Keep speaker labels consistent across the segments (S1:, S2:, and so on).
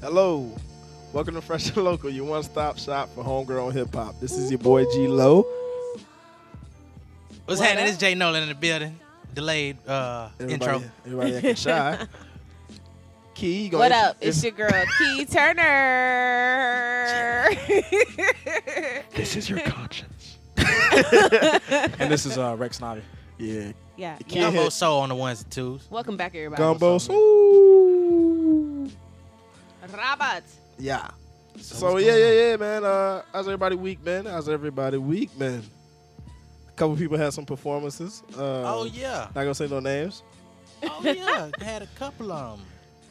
S1: Hello. Welcome to Fresh and Local, your one stop shop for homegrown hip hop. This is your boy G Lo.
S2: What
S3: What's happening?
S2: up?
S3: It's Jay Nolan in the building. Delayed uh, intro.
S1: Everybody acting shy. Key, you gonna
S2: What
S1: intro-
S2: up? It's your girl Key Turner.
S4: This is your conscience.
S5: and this is uh, Rex Navi.
S1: Yeah.
S2: yeah.
S1: Key
S2: yeah.
S3: Gumbo
S1: hit
S3: Soul on the ones and twos.
S2: Welcome back, everybody.
S1: Gumbo.
S3: What's up,
S1: Ooh.
S2: Robert.
S1: Yeah.
S3: So,
S1: So
S3: what's
S1: yeah,
S3: going
S1: yeah,
S3: on?
S1: yeah, man. Uh, how's everybody week, man? How's everybody week, man? A couple people had some performances. Uh,
S3: Oh yeah,
S1: Not gonna say no names.
S3: oh yeah. They had a couple of them.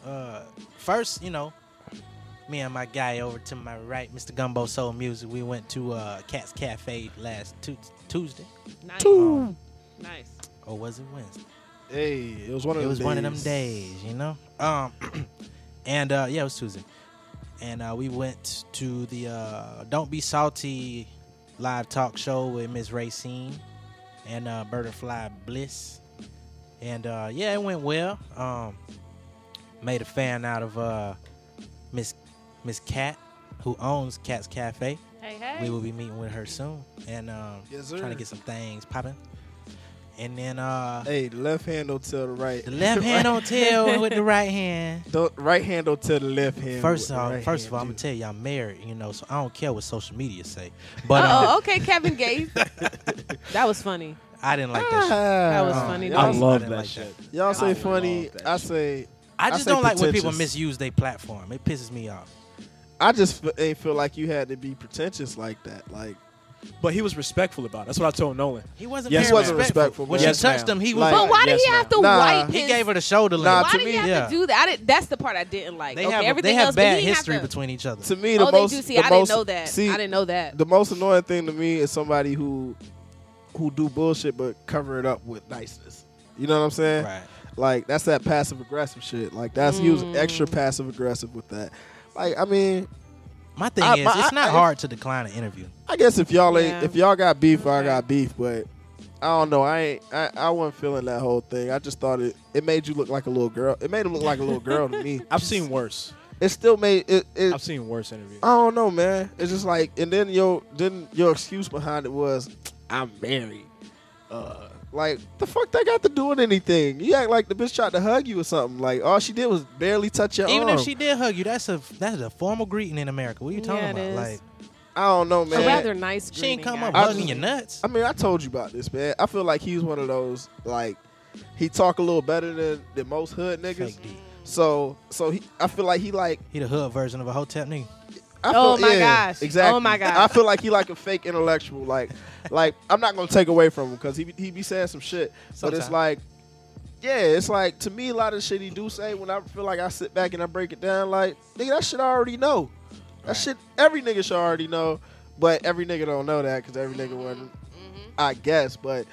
S3: Uh, first, you know, me and my guy over to my right, Mr. Gumbo Soul Music. We went to uh, Cat's Cafe last Tu- Tuesday,
S2: Nice.
S3: Two.
S2: Nice.
S3: or was it Wednesday?
S1: Hey, it was one of
S3: it
S1: them
S3: was
S1: days.
S3: one of them days, you know. Um, and uh, yeah, it was Tuesday, and uh, we went to the uh, "Don't Be Salty" live talk show with Miss Racine and uh, Butterfly Bliss, and uh, yeah, it went well. Um, made a fan out of uh, Miss Miss Cat, who owns Cat's Cafe.
S2: Hey, hey.
S3: We will be meeting with her soon, and um,
S1: Yes, sir.
S3: trying to get some things popping. And then uh,
S1: Hey, the left hand don't tell the right.
S3: the left hand don't tell with the right hand.
S1: The right hand don't tell the left hand.
S3: First
S1: what
S3: of
S1: the
S3: all,
S1: right
S3: first
S1: hand
S3: of all, I'm
S1: do.
S3: gonna tell you I'm married, you know, so I don't care what social media say. But um,
S2: oh, okay, Kevin Gates. that was funny.
S3: I didn't like that. Shit. Um,
S2: That was
S1: Ah,
S2: funny,
S1: Y'all,
S2: I though.
S5: love
S3: didn't
S5: that
S3: like
S5: shit.
S1: y'all say
S2: I
S1: funny.
S5: love that
S1: I
S5: shit.
S1: say
S3: I
S1: I
S3: just
S1: say
S3: don't like when people
S1: pretentious.
S3: misuse their platform. It pisses me off.
S1: I just f- ain't feel like you had to be pretentious like that. Like
S5: But he was respectful about it. That's what I told Nolan.
S3: He wasn't.
S5: Yes,
S3: very
S5: wasn't
S1: respectful,
S3: When
S5: man. Yes,
S3: she touched
S5: ma'am.
S3: him, he was.
S1: Like-
S2: but why
S5: yes,
S2: did he have to
S1: ma'am. Nah.
S2: wipe his?
S3: he gave her the shoulder
S1: Nah,
S3: length.
S2: why
S1: to
S2: did
S1: me,
S2: he have
S3: yeah.
S2: to do that? I did, that's the part I didn't like.
S3: They
S2: okay,
S3: have a-
S2: everything
S3: they have
S2: else,
S3: bad
S2: but he didn't have
S3: history
S2: to-
S3: between each other.
S1: to me, the
S2: Oh,
S1: most
S2: they do. See,
S1: the
S2: I
S1: most
S2: didn't know that.
S1: see
S2: I didn't know that.
S1: the most annoying thing to me is somebody who who do bullshit but cover it up with niceness. You know what I'm saying?
S3: Right.
S1: Like that's that passive aggressive shit. Like that's he was
S2: Mm.
S1: extra passive aggressive with that. Like I mean,
S3: My thing
S1: I-
S3: is,
S1: my-
S3: it's not
S1: I-
S3: hard to decline an interview.
S1: I guess if y'all ain't
S2: Yeah.
S1: if y'all got beef, I
S2: Okay.
S1: got beef. But I don't know. I ain't. I, I wasn't feeling that whole thing. I just thought it. It made you look like a little girl. It made him look like a little girl to me.
S5: I've seen worse.
S1: It still made it. it
S5: I've seen worse interviews.
S1: I don't know, man. It's just like, and then your then your excuse behind it was, I'm married. Uh, like the fuck that got to do with anything? You act like the bitch tried to hug you or something. Like all she did was barely touch your
S3: Even
S1: arm.
S3: if she did hug you, that's a that's a formal greeting in America. What are you talking
S2: Yeah, it
S3: about?
S2: is.
S3: Like
S1: I don't
S5: Oh,
S1: know, man.
S2: A rather nice.
S3: she ain't
S2: greeting,
S3: come up
S1: I
S2: guys.
S3: hugging
S1: just-
S3: your nuts.
S1: I mean, I told you about this, man. I feel like he's one of those like he talk a little better than, than most hood niggas.
S3: Fake D.
S1: So so he, I feel like he like
S3: He the hood version of a hotep nigga.
S1: I
S2: Oh
S1: feel-
S2: my
S1: yeah,
S2: gosh.
S1: Exactly.
S2: Oh my gosh.
S1: I feel like he like a fake intellectual. Like, like I'm not gonna take away from him because he be- he be saying some shit. But
S3: Sometimes.
S1: it's like, yeah, it's like to me a lot of shit he do say. When I feel like I sit back and I break it down, like nigga, that shit I already know. That
S3: Right.
S1: shit every nigga should already know, but every nigga don't know that because every nigga wasn't. I guess, but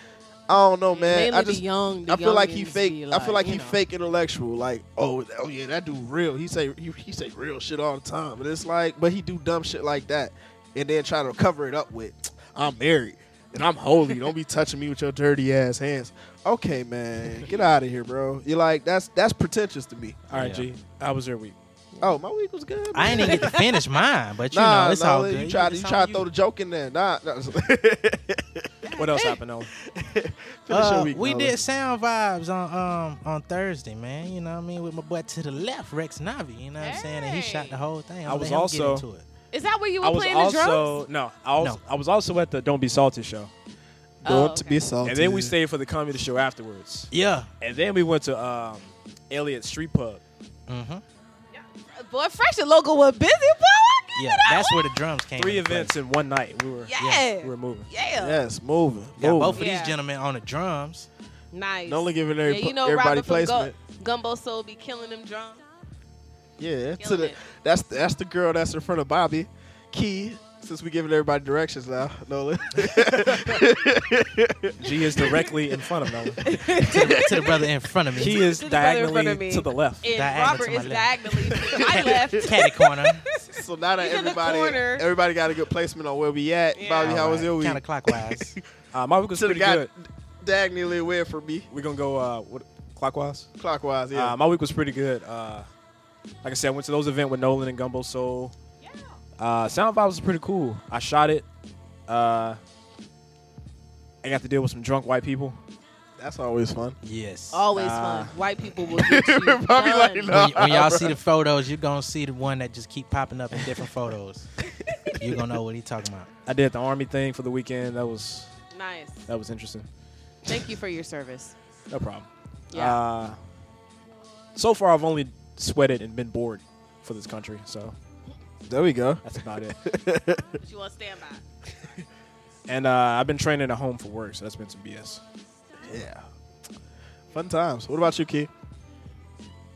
S1: I don't know, man.
S2: Mainly
S1: I just
S2: the young. the
S1: I feel like he
S2: youngins
S1: fake.
S2: be
S1: I feel like
S2: you
S1: he
S2: know.
S1: fake intellectual. Like, oh, oh yeah, that dude real. He say he, he say real shit all the time, and it's like, but he do dumb shit like that, and then try to cover it up with, I'm married and I'm holy. Don't be touching me with your dirty ass hands. Okay, man, get out of here, bro. You're like that's that's pretentious to me.
S5: All right,
S3: Yeah.
S5: G. How was your week?
S1: Oh, my week was good.
S3: I ain't even get to finish mine, but you
S1: nah,
S3: know it's
S1: nah,
S3: all
S1: you
S3: good.
S1: try to
S3: It's
S1: you
S3: on
S1: try to throw the joke in there. Nah, nah.
S5: What else happened, Nolan?
S1: finish your
S3: Uh,
S1: week.
S3: we
S1: Nolan.
S3: did sound vibes on um on Thursday, man. You know what I mean? With my boy to the left, Rex Navi. You know what I'm saying? And he shot the whole thing.
S5: I
S3: I'll
S5: was
S3: let him get
S5: also-
S3: into it.
S2: Is that where you were
S5: I was
S2: playing the drums?
S5: also no I, was,
S3: No.
S5: I was also at the Don't Be Salty show,
S1: Don't
S2: Oh, okay.
S1: be salty.
S5: and then we stayed for the comedy show afterwards,
S3: Yeah.
S5: and then we went to um, Elliot Street Pub.
S3: Mm-hmm.
S2: Boy, fresh and local was busy, boy. I give
S3: Yeah.
S2: it up.
S3: That's where the drums came.
S5: Three
S3: into play.
S5: events in one night. We were
S2: Yeah.
S5: we were moving.
S2: Yeah.
S1: Yes, moving.
S3: Got
S1: moving.
S3: both of
S2: Yeah.
S3: these gentlemen on the drums.
S2: Nice.
S1: Don't look giving
S2: yeah,
S1: every,
S2: you know
S1: everybody
S2: Robert from
S1: placement.
S2: Gu- Gumbo Soul be killing them drums.
S1: yeah, to
S2: Killing
S1: the,
S2: it.
S1: that's that's the girl that's in front of Bobby. Key, since we giving everybody directions now, Nolan.
S5: G is directly in front of Nolan.
S3: To the, to the brother in front of me.
S5: He is
S2: To the brother in front of
S5: diagonally
S2: me.
S5: to the left.
S2: And
S3: Diagonal
S2: Robert
S3: to
S2: is
S3: my
S2: diagonally to my left.
S3: Catty corner.
S1: so now that
S2: He's in the
S1: everybody
S2: corner.
S1: everybody got a good placement on where we at.
S2: Yeah.
S1: Bobby, how was your week?
S3: Kind of clockwise.
S5: Uh, my week was
S1: to the
S5: pretty
S1: guy
S5: good.
S1: diagonally away from me,
S5: We're gonna go uh, what, clockwise.
S1: clockwise. Yeah,
S5: Uh, my week was pretty good. Uh, Like I said, I went to those event with Nolan and Gumbo Soul.
S2: Yeah.
S5: Uh, Sound Vibes was pretty cool. I shot it. Uh, I got to deal with some drunk white people. Uh,
S1: That's always fun.
S3: Yes.
S2: Always
S5: Nah.
S2: fun. White people will get you
S1: Probably like,
S2: done.
S1: nah.
S3: when, when y'all
S1: bruh.
S3: see the photos, you're gonna see the one that just keep popping up in different photos. you're gonna know what he talking about.
S5: I did the army thing for the weekend. That was
S2: Nice.
S5: that was interesting.
S2: Thank you for your service.
S5: No problem.
S2: Yeah.
S5: Uh, so far, I've only sweated and been bored for this country. So
S1: There we go.
S5: that's about it.
S2: but you want to stand by.
S5: And uh, I've been training at home for work, so that's been some BS.
S1: Yeah. Fun times. What about you, Key?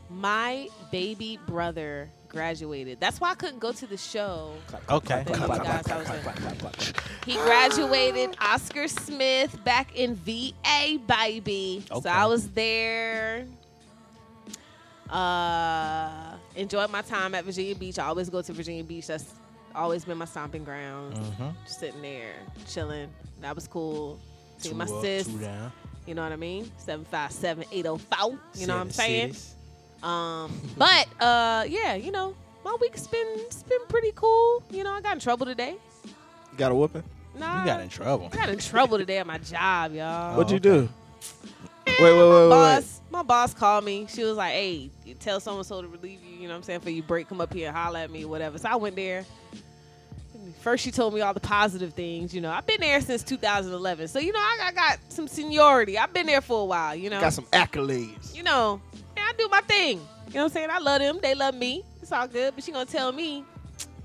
S2: My baby brother graduated. That's why I couldn't go to the show.
S3: Okay.
S2: that you guys I was with. He graduated Oscar Smith back in VA, baby. So
S3: Okay.
S2: I was there. Uh, enjoyed my time at Virginia Beach. I always go to Virginia Beach. That's always been my stomping grounds.
S3: Mm-hmm.
S2: Just sitting there, chilling. That was cool. See my sis.
S3: Two down.
S2: You know what I mean? 757 804. You know what I'm
S3: Seven
S2: saying?
S3: cities.
S2: Um, but uh, yeah, you know, my week's been it's been pretty cool. You know, I got in trouble today.
S1: You got a whooping?
S2: Nah,
S3: You got in trouble.
S2: I got in trouble today at my job, y'all.
S3: What-
S1: What'd you
S3: okay.
S1: do? Wait, wait, wait, wait, wait.
S2: boss, my boss called me. She was like, "Hey, you tell so and so to relieve you. You know what I'm saying? For you break, come up here and holler at me, whatever." So I went there. First, she told me all the positive things. You know, I've been there since 2011, so you know I, I got some seniority. I've been there for a while. You know,
S1: Got some accolades.
S2: you know, and I do my thing. You know what I'm saying? I love them. They love me. It's all good. But she gonna tell me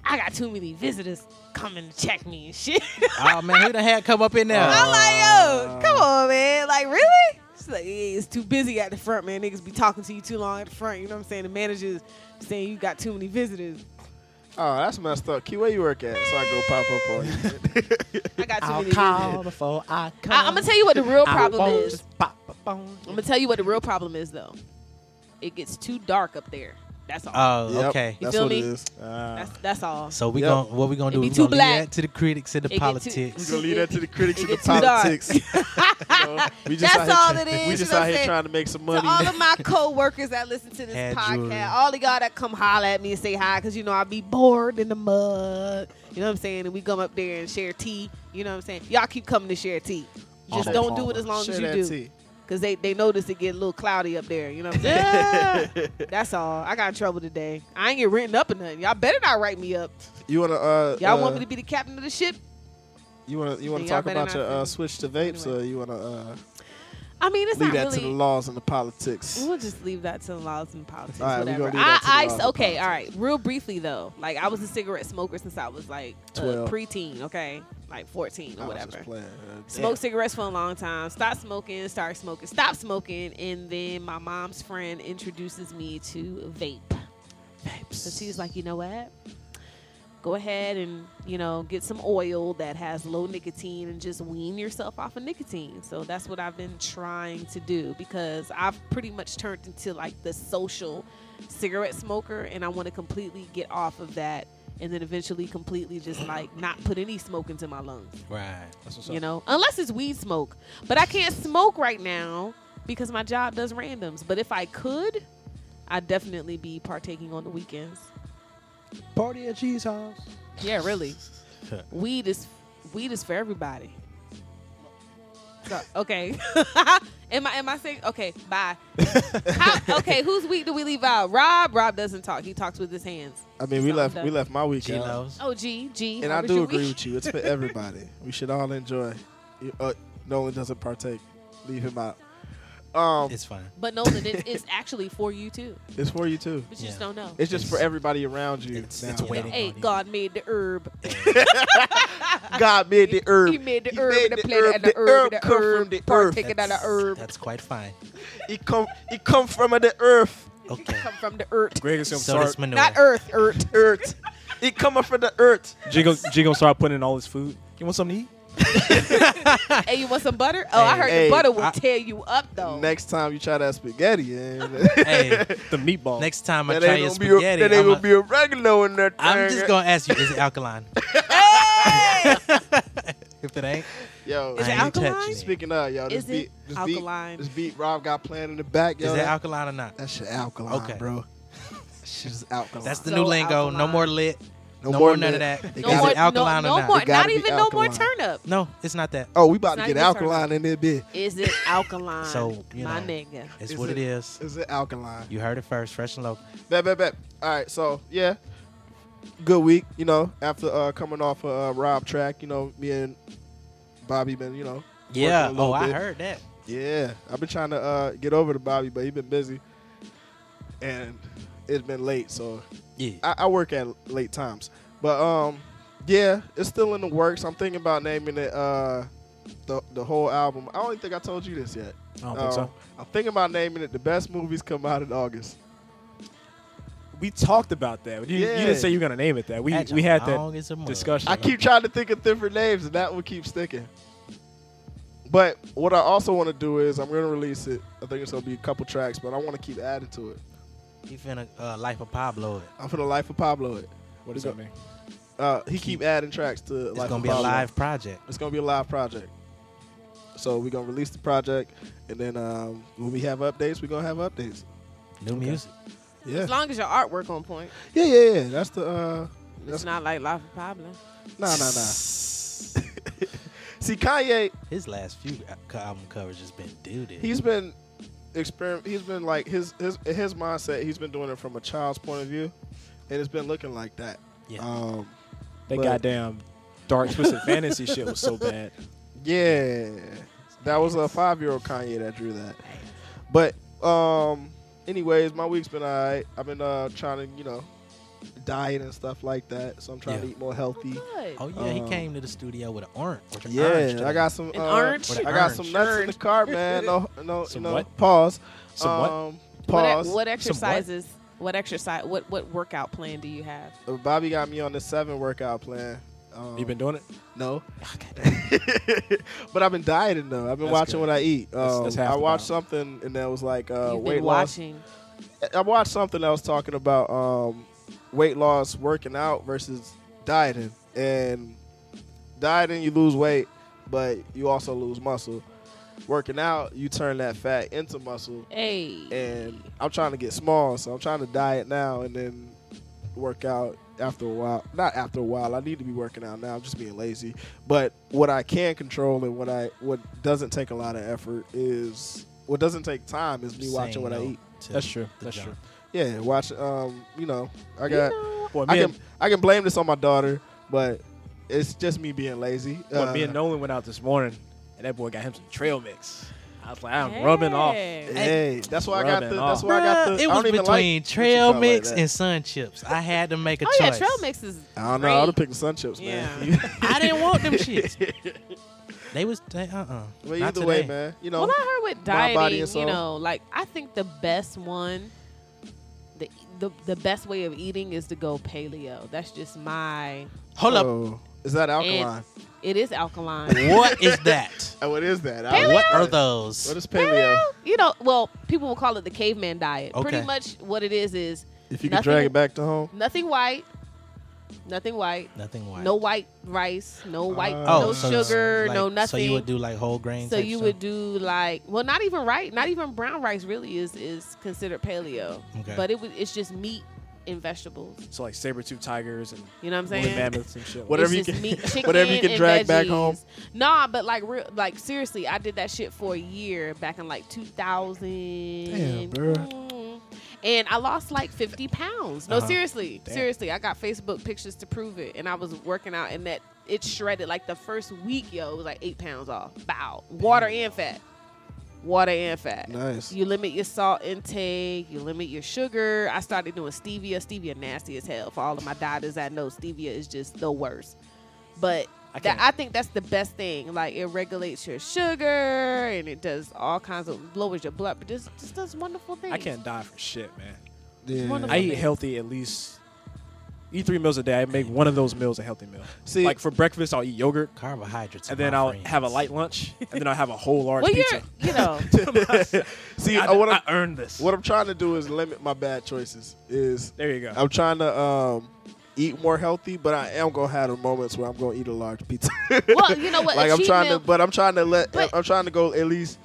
S2: I got too many visitors coming to check me and shit.
S3: oh man, who the heck come up in there?
S2: I'm like, yo, come on, man. Like, really? She's like, yeah, it's too busy at the front, man. Niggas be talking to you too long at the front. You know what I'm saying? The managers saying you got too many visitors.
S1: Oh, that's messed up. Key, where you work at? So I go pop up on you.
S2: I got too many visitors.
S3: before I
S2: I, I'm gonna tell you what the real problem
S3: won't
S2: is.
S3: just pop up on
S2: I'm gonna tell you what the real problem is, though. It gets too dark up there. That's all.
S3: Oh,
S1: Yep,
S3: okay.
S1: That's
S2: feel
S1: what
S2: me?
S1: it is. Ah.
S5: Uh,
S2: that's, that's all.
S3: So we
S1: Yep.
S3: gon' what we gonna do?
S2: It be
S3: We
S2: too
S3: gonna leave
S2: black.
S3: that to the critics and the
S2: It get too-
S1: We're
S3: politics.
S1: going to leave that to the critics
S2: It
S1: and the
S2: gets too dark.
S1: politics. You know, we just
S2: That's all
S1: out here,
S2: it is,
S1: We
S2: you
S1: just
S2: know
S1: out
S2: what I'm
S1: here
S2: saying?
S1: trying to make some
S2: To all
S1: money.
S2: of my coworkers that listen to this
S3: Had
S2: podcast,
S3: jewelry.
S2: all of y'all that come holler at me and say hi, because you know I be bored in the mud. You know what I'm saying? And we come up there and share tea. You know what I'm saying? Y'all keep coming to share tea. Just
S3: Palmer,
S2: don't do
S3: Palmer.
S2: it as long
S1: Share
S2: as you
S1: that
S2: do,
S1: tea.
S2: because they they notice it get a little cloudy up there. You know what I'm saying? That's all. I got in trouble today. I ain't get written up or nothing. Y'all better not write me up.
S1: You wanna uh,
S2: Y'all
S1: uh,
S2: want me to be the captain of the ship?
S1: you wanna you wanna
S2: Then y'all
S1: talk
S2: better
S1: about
S2: not
S1: your
S2: feel
S1: uh,
S2: me.
S1: switch to vapes
S2: Anyway.
S1: or you wanna uh,
S2: I mean, it's
S1: leave
S2: not
S1: that
S2: really.
S1: to the laws and the politics?
S2: We'll just leave that to the laws and politics,
S1: All right, we
S2: whatever.
S1: gonna leave that to the
S2: I,
S1: laws
S2: I,
S1: and
S2: okay, all right.
S1: politics.
S2: Real briefly though, like I was a cigarette smoker since I was like a
S1: 12.
S2: preteen, okay, like fourteen or
S1: I was just
S2: whatever.
S1: playing, uh,
S2: Smoked cigarettes for a long time. Stopped smoking. Started smoking. Stopped smoking, and then my mom's friend introduces me to vape. So she was like, you know what? Go ahead and you know get some oil that has low nicotine and just wean yourself off of nicotine. So that's what I've been trying to do because I've pretty much turned into like the social cigarette smoker, and I want to completely get off of that, and then eventually completely just like not put any smoke into my lungs
S3: Right.
S5: that's what's
S2: you
S5: up.
S2: know, unless it's weed smoke. But I can't smoke right now because my job does randoms. But if I could, I'd definitely be partaking on the weekends.
S5: Party at Cheese House.
S2: Yeah, really. weed is weed is for everybody. So, okay. am I am I saying okay, bye. How, okay, whose week do we leave out? Rob? Rob doesn't talk. He talks with his hands.
S1: I mean, we
S2: Something
S1: left
S2: done.
S1: we left my week
S3: She
S1: out.
S3: knows.
S2: Oh G, G.
S1: And
S2: how
S1: I
S2: was
S1: do
S2: your
S1: agree
S2: week?
S1: with you. It's for everybody. we should all enjoy. You- Uh, Nolan doesn't partake. Leave him out. Um, it's,
S3: It's fine.
S2: But Nolan, it, it's actually for you too.
S1: for you too.
S2: But you just
S3: Yeah.
S2: don't know.
S1: It's just for
S3: It's-
S1: everybody around you.
S3: It's,
S1: now.
S3: it's waiting.
S2: hey,
S3: on you.
S2: God made the herb.
S1: God made the herb.
S2: He made the
S1: He
S2: herb
S1: made
S2: and the planet and the herb and the
S1: come
S2: herb
S1: from the earth.
S2: partaking of the
S3: That's-
S2: herb
S3: That's quite fine.
S1: He come he come from the earth.
S3: Okay.
S2: come from the earth.
S5: Greg is gonna
S3: so this
S5: start.
S3: manure.
S2: Not earth, earth.
S1: Earth. He coming from the earth.
S5: G gonna G gonna start putting in all his food. You want something to eat?
S2: hey, you want some butter? Oh, I
S3: Hey,
S2: heard
S1: hey,
S2: the butter will
S3: I-
S2: tear you up though.
S1: Next time you try that spaghetti, and
S3: hey,
S5: The meatball.
S3: next time I
S1: that
S3: try
S1: ain't
S3: your
S1: gonna be a,
S3: spaghetti,
S1: that ain't
S3: I'm,
S1: gonna be a regular in there.
S3: I'm just gonna ask you: Is it alkaline?
S2: Hey!
S3: if it ain't,
S1: Yo,
S2: Is
S3: I
S2: it
S3: ain't
S2: alkaline?
S3: touching it.
S1: Speaking of, y'all, this
S2: Is
S1: beat,
S2: it
S1: this beat,
S2: alkaline?
S1: this beat Rob got playing in the back, yo.
S3: Is it
S1: that,
S3: alkaline or not?
S1: that shit alkaline,
S3: Okay.
S1: bro. She was alkaline.
S3: That's the
S2: So
S3: new lingo. No
S2: alkaline.
S3: more lit. No,
S1: No
S3: more,
S1: more
S3: none of
S1: lit.
S3: that.
S1: They
S3: Is
S1: got it.
S2: no more,
S3: it alkaline
S2: no,
S3: or
S2: no
S3: not?
S2: more,
S1: It
S2: not
S1: gotta be
S2: even no more
S1: alkaline.
S2: turn up.
S3: No, it's not that.
S1: Oh, we about
S2: It's
S1: to
S2: not
S1: get
S2: even turn
S1: alkaline in this bitch.
S2: Is it alkaline?
S3: So, you
S2: my
S3: know.
S2: nigga.
S3: It's
S1: Is
S3: what
S1: it-
S3: it is.
S1: Is it alkaline?
S3: You heard it first, fresh and low.
S1: Bet, bet, bet. All right, so yeah, good week. You know, after uh, coming off a uh, Rob track, you know, me and Bobby been, you know,
S3: Yeah.
S1: working a
S3: Oh,
S1: little
S3: I
S1: bit.
S3: heard that.
S1: Yeah, I've been trying to uh, get over to Bobby, but he been busy, and it's been late. So
S3: Yeah.
S1: I, I work at late times, but um, yeah, it's still in the works. I'm thinking about naming it uh, the the whole album. I don't think I told you this yet. Um,
S5: I don't think so.
S1: I'm thinking about naming it. The best movies come out in August.
S5: We talked about that. You, you
S1: Yeah.
S5: didn't say you were gonna name it that. We
S3: That's
S5: we had that
S3: long as a mug.
S5: discussion.
S1: I keep trying to think of different names, and that one keeps sticking. But what I also want to do is I'm gonna release it. I think it's gonna be a couple tracks, but I want to keep adding to it.
S3: You finna uh, life of Pablo. It.
S1: I'm for the life of Pablo. It.
S5: What does that mean?
S1: Uh, he keep adding tracks to.
S3: It's
S1: Life
S3: gonna
S1: of
S3: be a
S1: Pablo.
S3: live project.
S1: It's gonna be a live project. So we're gonna release the project, and then um, when we have updates, we're gonna have updates.
S3: New music.
S1: Yeah,
S2: As long as your artwork on point.
S1: yeah, yeah, yeah. That's the. Uh,
S2: It's
S1: that's
S2: not like Life of Pablo.
S1: nah, nah, nah. See, Kanye,
S3: His last few al- co- album covers just been doo-doo.
S1: he's been experiment. He's been like his his in his mindset. He's been doing it from a child's point of view, and it's been looking like that.
S3: yeah.
S1: Um,
S5: That
S1: But-
S5: goddamn dark twisted fantasy shit was so bad.
S1: Yeah. That was a five year old Kanye that drew that. But um anyways, my week's been alright. I've been uh trying to, you know, diet and stuff like that. So I'm trying to
S3: Yeah.
S1: eat more healthy.
S2: Good.
S3: oh yeah, he
S1: um,
S3: came to the studio with an orange. With an orange
S1: Yeah,
S3: today.
S1: I got some
S2: An
S1: uh,
S2: orange?
S1: I
S3: With an
S1: got some
S3: orange.
S1: nuts in the car, man. No no
S5: Some
S1: you know
S5: what?
S1: pause.
S5: Somewhat.
S1: Um,
S2: What,
S1: pause.
S2: e- what exercises? What? exercise? What what workout plan do you have?
S1: Uh, Bobby got me on the seven workout plan. Um,
S5: you been doing it? Oh,
S1: No. but I've been dieting though. I've been
S5: That's
S1: watching
S5: good.
S1: what I eat. Um,
S5: That's- that's half
S1: I
S5: the
S1: watched
S5: battle.
S1: something and that was like uh,
S2: You've
S1: weight
S2: been
S1: loss.
S2: watching.
S1: I watched something that was talking about um, weight loss, working out versus dieting, and dieting you lose weight, but you also lose muscle. Working out, you turn that fat into muscle,
S2: Hey.
S1: and I'm trying to get small, so I'm trying to diet now and then work out after a while. Not after a while. I need to be working out now. I'm just being lazy. But what I can control and what I what doesn't take a lot of effort is what doesn't take time is me watching
S3: Saying
S1: what I
S3: no
S1: eat.
S3: to
S5: That's true.
S3: the
S5: That's
S3: junk.
S5: true.
S1: Yeah, watch. Um, you know, I got.
S2: You know,
S5: Boy,
S1: I
S5: me,
S1: can
S5: and,
S1: I can blame this on my daughter, but it's just me being lazy.
S5: boy, me
S1: Uh,
S5: and Nolan went out this morning, and that boy got him some trail mix. I was like, I'm rubbing off.
S2: hey.
S1: Hey, that's why I got the.
S5: Rubbing
S1: That's
S5: off.
S1: why I got the.
S3: Bruh,
S1: I
S3: it
S1: don't
S3: was
S1: even
S3: between
S1: like what
S3: trail
S1: you call it
S3: mix
S1: that.
S3: and sun chips. I had to make a
S2: Oh yeah,
S3: choice.
S2: trail mix is.
S1: I don't know.
S2: great.
S1: I would have picked sun chips, man.
S3: I didn't want them shits. They was uh uh
S1: but
S3: Not
S1: either way,
S3: today.
S1: man, you know.
S2: Well, I heard with
S1: my body and
S2: dieting,
S1: soul.
S2: you know, like I think the best one, the the the best way of eating is to go paleo. That's just my.
S3: Hold up.
S1: Oh, is that alkaline?
S2: It is alkaline.
S3: What is that?
S1: Oh, what is that? I-
S2: Paleo?
S3: What are
S1: What
S3: those?
S1: is paleo?
S2: you know, well, people will call it the caveman diet. Pretty
S3: Okay.
S2: much what it is is
S1: If you could
S2: Nothing-
S1: drag it back to home,
S2: nothing white, nothing white,
S3: Nothing white.
S2: no white rice, no white,
S1: Oh,
S2: no
S1: so-
S2: sugar,
S3: like-
S2: no
S3: So
S2: nothing.
S3: you would do like whole grain.
S2: So
S3: type
S2: you
S3: stuff?
S2: would do like well, not even right, not even brown rice really is is considered paleo.
S3: Okay.
S2: But it would it's just meat and vegetables.
S5: So like saber tooth tigers and
S2: You know what I'm
S5: woolly
S2: saying?
S5: mammoths and shit.
S1: Whatever
S2: It's
S1: you
S2: just
S1: can-
S2: meat, chicken,
S1: whatever you can
S2: and
S1: drag back
S2: veggies.
S1: home.
S2: Nah, but like real, like seriously, I did that shit for a year back in like 2000.
S1: Damn, bruh.
S2: Mm. And I lost like 50 pounds. No,
S3: Uh-huh.
S2: seriously,
S5: Damn.
S2: seriously, I got Facebook pictures to prove it, and I was working out, and that it shredded like the first week, yo, it was like eight pounds off. Bow, water and fat, water and fat.
S1: nice.
S2: You limit your salt intake. You limit your sugar. I started doing stevia. Stevia nasty as hell. For all of my dieters I know, stevia is just the worst. But
S5: I
S2: I,
S5: can't-
S2: that, I think that's the best thing. Like it regulates your sugar and it does all kinds of lowers your blood. But just just does wonderful things.
S5: I can't die for shit, man.
S1: Yeah.
S2: wonderful.
S5: I eat healthy at least. Eat three meals a day. I make one of those meals a healthy meal.
S1: See-
S5: like for breakfast, I'll eat yogurt,
S3: Carbohydrates.
S5: and
S3: are
S5: then
S3: my
S5: I'll
S3: friends.
S5: have a light lunch, and then I'll have a whole large
S2: Well,
S5: pizza.
S2: you're you know
S1: See,
S5: I,
S1: I, what,
S5: I
S1: I'm,
S5: earned this.
S1: what I'm trying to do is limit my bad choices. Is
S5: there you go.
S1: I'm trying to um, eat more healthy, but I am gonna have the moments where I'm gonna eat a large pizza.
S2: Well, you know what, a
S1: like I'm
S2: cheat
S1: trying
S2: meal-
S1: to, but I'm trying to let.
S2: But-
S1: I'm trying to go at least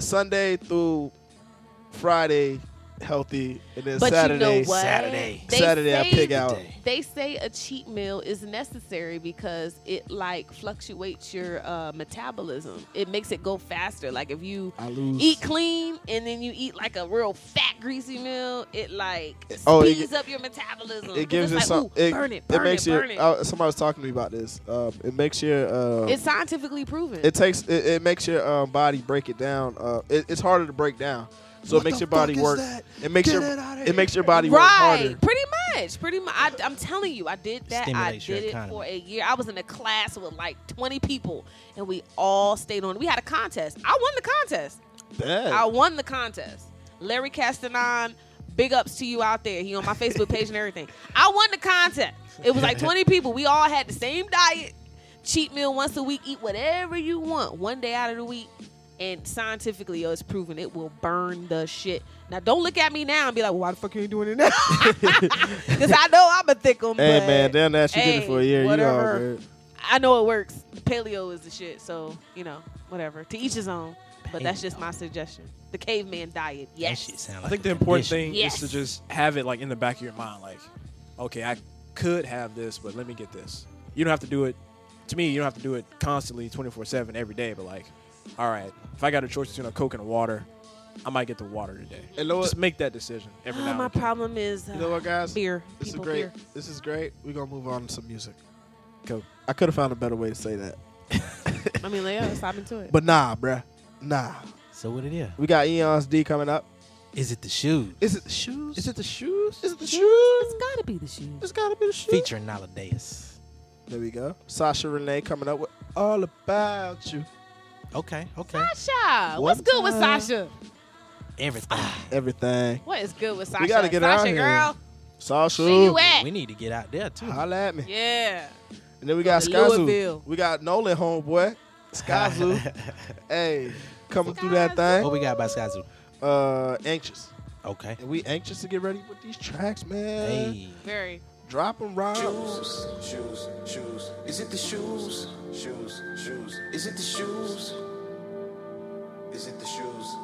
S1: Sunday through Friday healthy, and then
S2: But
S1: Saturday,
S2: you know what?
S3: Saturday.
S2: They
S1: Saturday I
S2: say-
S1: pig out.
S2: They say a cheat meal is necessary because it like fluctuates your uh, metabolism. It makes it go faster. Like if you
S1: I lose.
S2: eat clean and then you eat like a real fat greasy meal, it like
S1: Oh, it
S2: speeds
S1: gi-
S2: up your metabolism. 'Cause
S1: It gives
S2: it's
S1: you
S2: like,
S1: some.
S2: ooh,
S1: It,
S2: burn it, burn it,
S1: makes
S2: burn
S1: you.
S2: it.
S1: Uh, somebody was talking to me about this. Um, it makes your. Uh,
S2: it's scientifically proven.
S1: it takes. It, it makes your um, body break it down. Uh, it, it's harder to break down, so
S4: What
S1: it makes
S4: the
S1: your body
S4: fuck is
S1: work.
S4: that?
S1: It makes
S4: Get
S1: your.
S4: it outta
S1: It makes your body work
S2: right,
S1: harder.
S2: pretty much, pretty much. I, I'm telling you, I did that. I
S3: Stimulates your
S2: did it
S3: economy.
S2: for a year. I was in a class with like 20 people, and we all stayed on. We had a contest. I won the contest.
S1: Bad.
S2: I won the contest. Larry Castanon, big ups to you out there. He on my Facebook page and everything. I won the contest. It was like 20 people. We all had the same diet, cheat meal once a week, eat whatever you want one day out of the week. And scientifically, yo, it's proven it will burn the shit. Now, don't look at me now and be like, well, why the fuck you ain't doing it now? Because I know I'm a thick one.
S1: Hey
S2: but
S1: man, damn that you did it
S2: hey,
S1: for a year. You all
S2: whatever.
S1: good.
S2: I know it works. Paleo is the shit, so you know, whatever. To each his own. But that's just my suggestion. The caveman diet. Yes.
S3: That shit sound
S5: I
S3: like
S5: think
S3: a
S5: the important
S3: condition.
S5: thing
S2: Yes.
S5: is to just have it like in the back of your mind, like, okay, I could have this, but let me get this. You don't have to do it. To me, you don't have to do it constantly, twenty four seven every day. But like, all right, if I got a choice between a coke and a water, I might get the water today.
S1: And know
S5: Just
S1: what?
S5: make that decision every
S2: Ah,
S5: now.
S2: my
S5: and then.
S2: problem is uh,
S1: You know what, guys?
S2: beer.
S1: This
S2: People
S1: is great.
S2: beer.
S1: This is great. We're gonna move on to some music.
S5: Go.
S1: I could have found a better way to say that.
S2: I mean, Leo, stop into it.
S1: But nah, bruh. Nah.
S3: So what it is?
S1: We got Eons D coming up.
S3: Is it the shoes?
S1: Is it the shoes?
S5: it the shoes?
S1: Is it the shoes?
S2: it's gotta be the shoes.
S1: It's gotta be the shoes.
S3: Featuring Naladeus.
S1: There we go. Sasha Renee coming up with All About You.
S3: Okay, okay.
S2: Sasha, what's good with
S1: time?
S2: Sasha?
S3: Everything.
S1: Everything.
S2: Ah. What is good with Sasha?
S1: gotta get her
S2: Sasha,
S1: out here.
S2: girl.
S1: Sasha.
S2: Where you at?
S3: We need to get out there too.
S1: Holla at me.
S2: Yeah.
S1: And then we got
S2: to
S1: Skazu.
S2: Louisville.
S1: We got Nolan, homeboy. Skazu. hey, coming through that
S3: What
S1: thing.
S3: we got by Skazu?
S1: Uh, anxious.
S3: Okay.
S1: And we anxious to get ready with these tracks, man.
S3: Hey.
S2: Very.
S1: Drop 'em, Rob.
S6: Shoes, shoes, shoes. Is it the shoes? Shoes, shoes. Is it the shoes? Is it the shoes?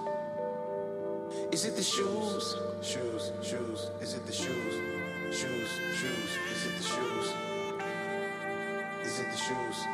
S6: Is it the shoes? Shoes, shoes. Is it the shoes? Shoes, shoes. Is it the shoes? Is it the shoes?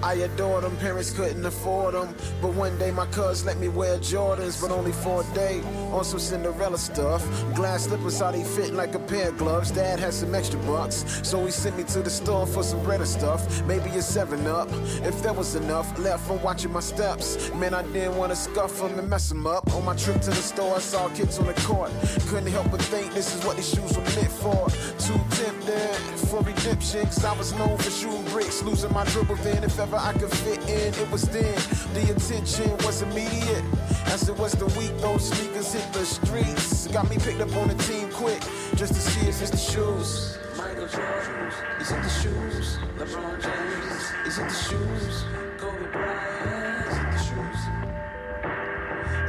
S6: I adored them, parents couldn't afford them. But one day my cuz let me wear Jordans, but only for a day on some Cinderella stuff. Glass slippers, how they fit like a pair of gloves. Dad had some extra bucks, so he sent me to the store for some bread and stuff. Maybe a 7 up, if there was enough left from watching my steps. Man, I didn't want to scuff them and mess them up. On my trip to the store, I saw kids on the court. Couldn't help but think this is what these shoes were meant for. Too tempted for redemption, cause I was known for shooting bricks, losing my dribble then. If ever I could fit in, it was then. The attention was immediate. As it was the week, those sneakers hit the streets. Got me picked up on the team quick, just to see if it's the shoes. Michael Jordan, is it the shoes? LeBron James, is it the shoes? Kobe Bryant, is it the shoes?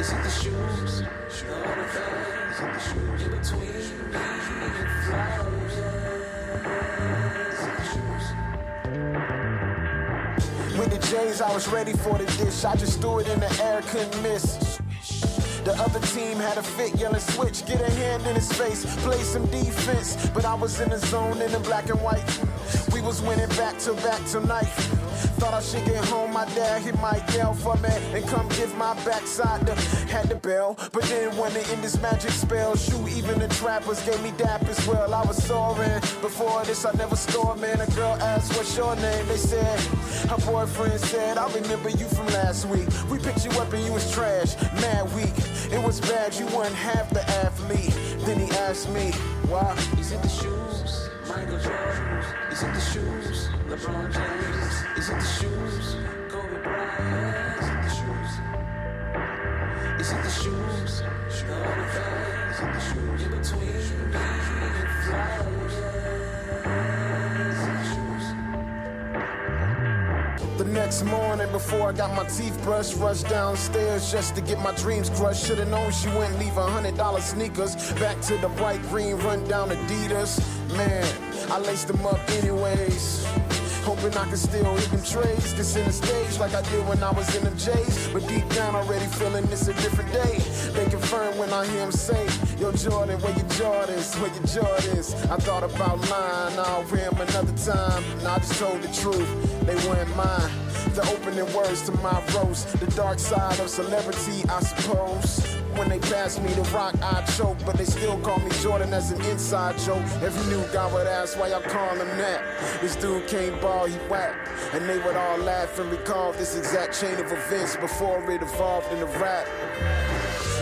S6: Is it the shoes? Shoes. Is it the shoes? In between. Is it the shoes? With the J's, I was ready for the dish. I just threw it in the air, couldn't miss. The other team had a fit, yelling switch, get a hand in his face, play some defense. But I was in the zone in the black and white. We was winning back to back tonight. Thought I should get home, my dad hit my yell for me and come give my backside the had the bell. But then when it end this magic spell, shoot, even the trappers gave me dap as well. I was soaring. Before this, I never scored, man. A girl asked, What's your name? They said, Her boyfriend said, I remember you from last week. We picked you up and you was trash, mad weak. It was bad, you weren't half the athlete. Then he asked me, Why? Is it the shoes? Michael Jordan? Is it the shoes? LeBron James? Is it the shoes? Kobe Bryant? Is it the shoes? Is it the shoes? Shoes. Is it the shoes? In between. Is it the shoes? The next morning, before I got my teeth brushed, rushed downstairs just to get my dreams crushed. Should've known she wouldn't leave a hundred dollar sneakers. Back to the bright green, run down Adidas. Man, I laced them up anyways. Hoping I can still hit them trades, get in the stage like I did when I was in them J's. But deep down, already feeling it's a different day. They confirm I hear him say, Yo, Jordan, where your Jordans? Where your Jordans? I thought about lying, I'll wear them another time. And I just told the truth, they weren't mine. The opening words to my roast, the dark side of celebrity, I suppose. When they pass me the rock, I choke, but they still call me Jordan as an inside joke. If you knew God would ask why y'all call him that, this dude can't ball, he whack. And they would all laugh and recall this exact chain of events before it evolved into rap.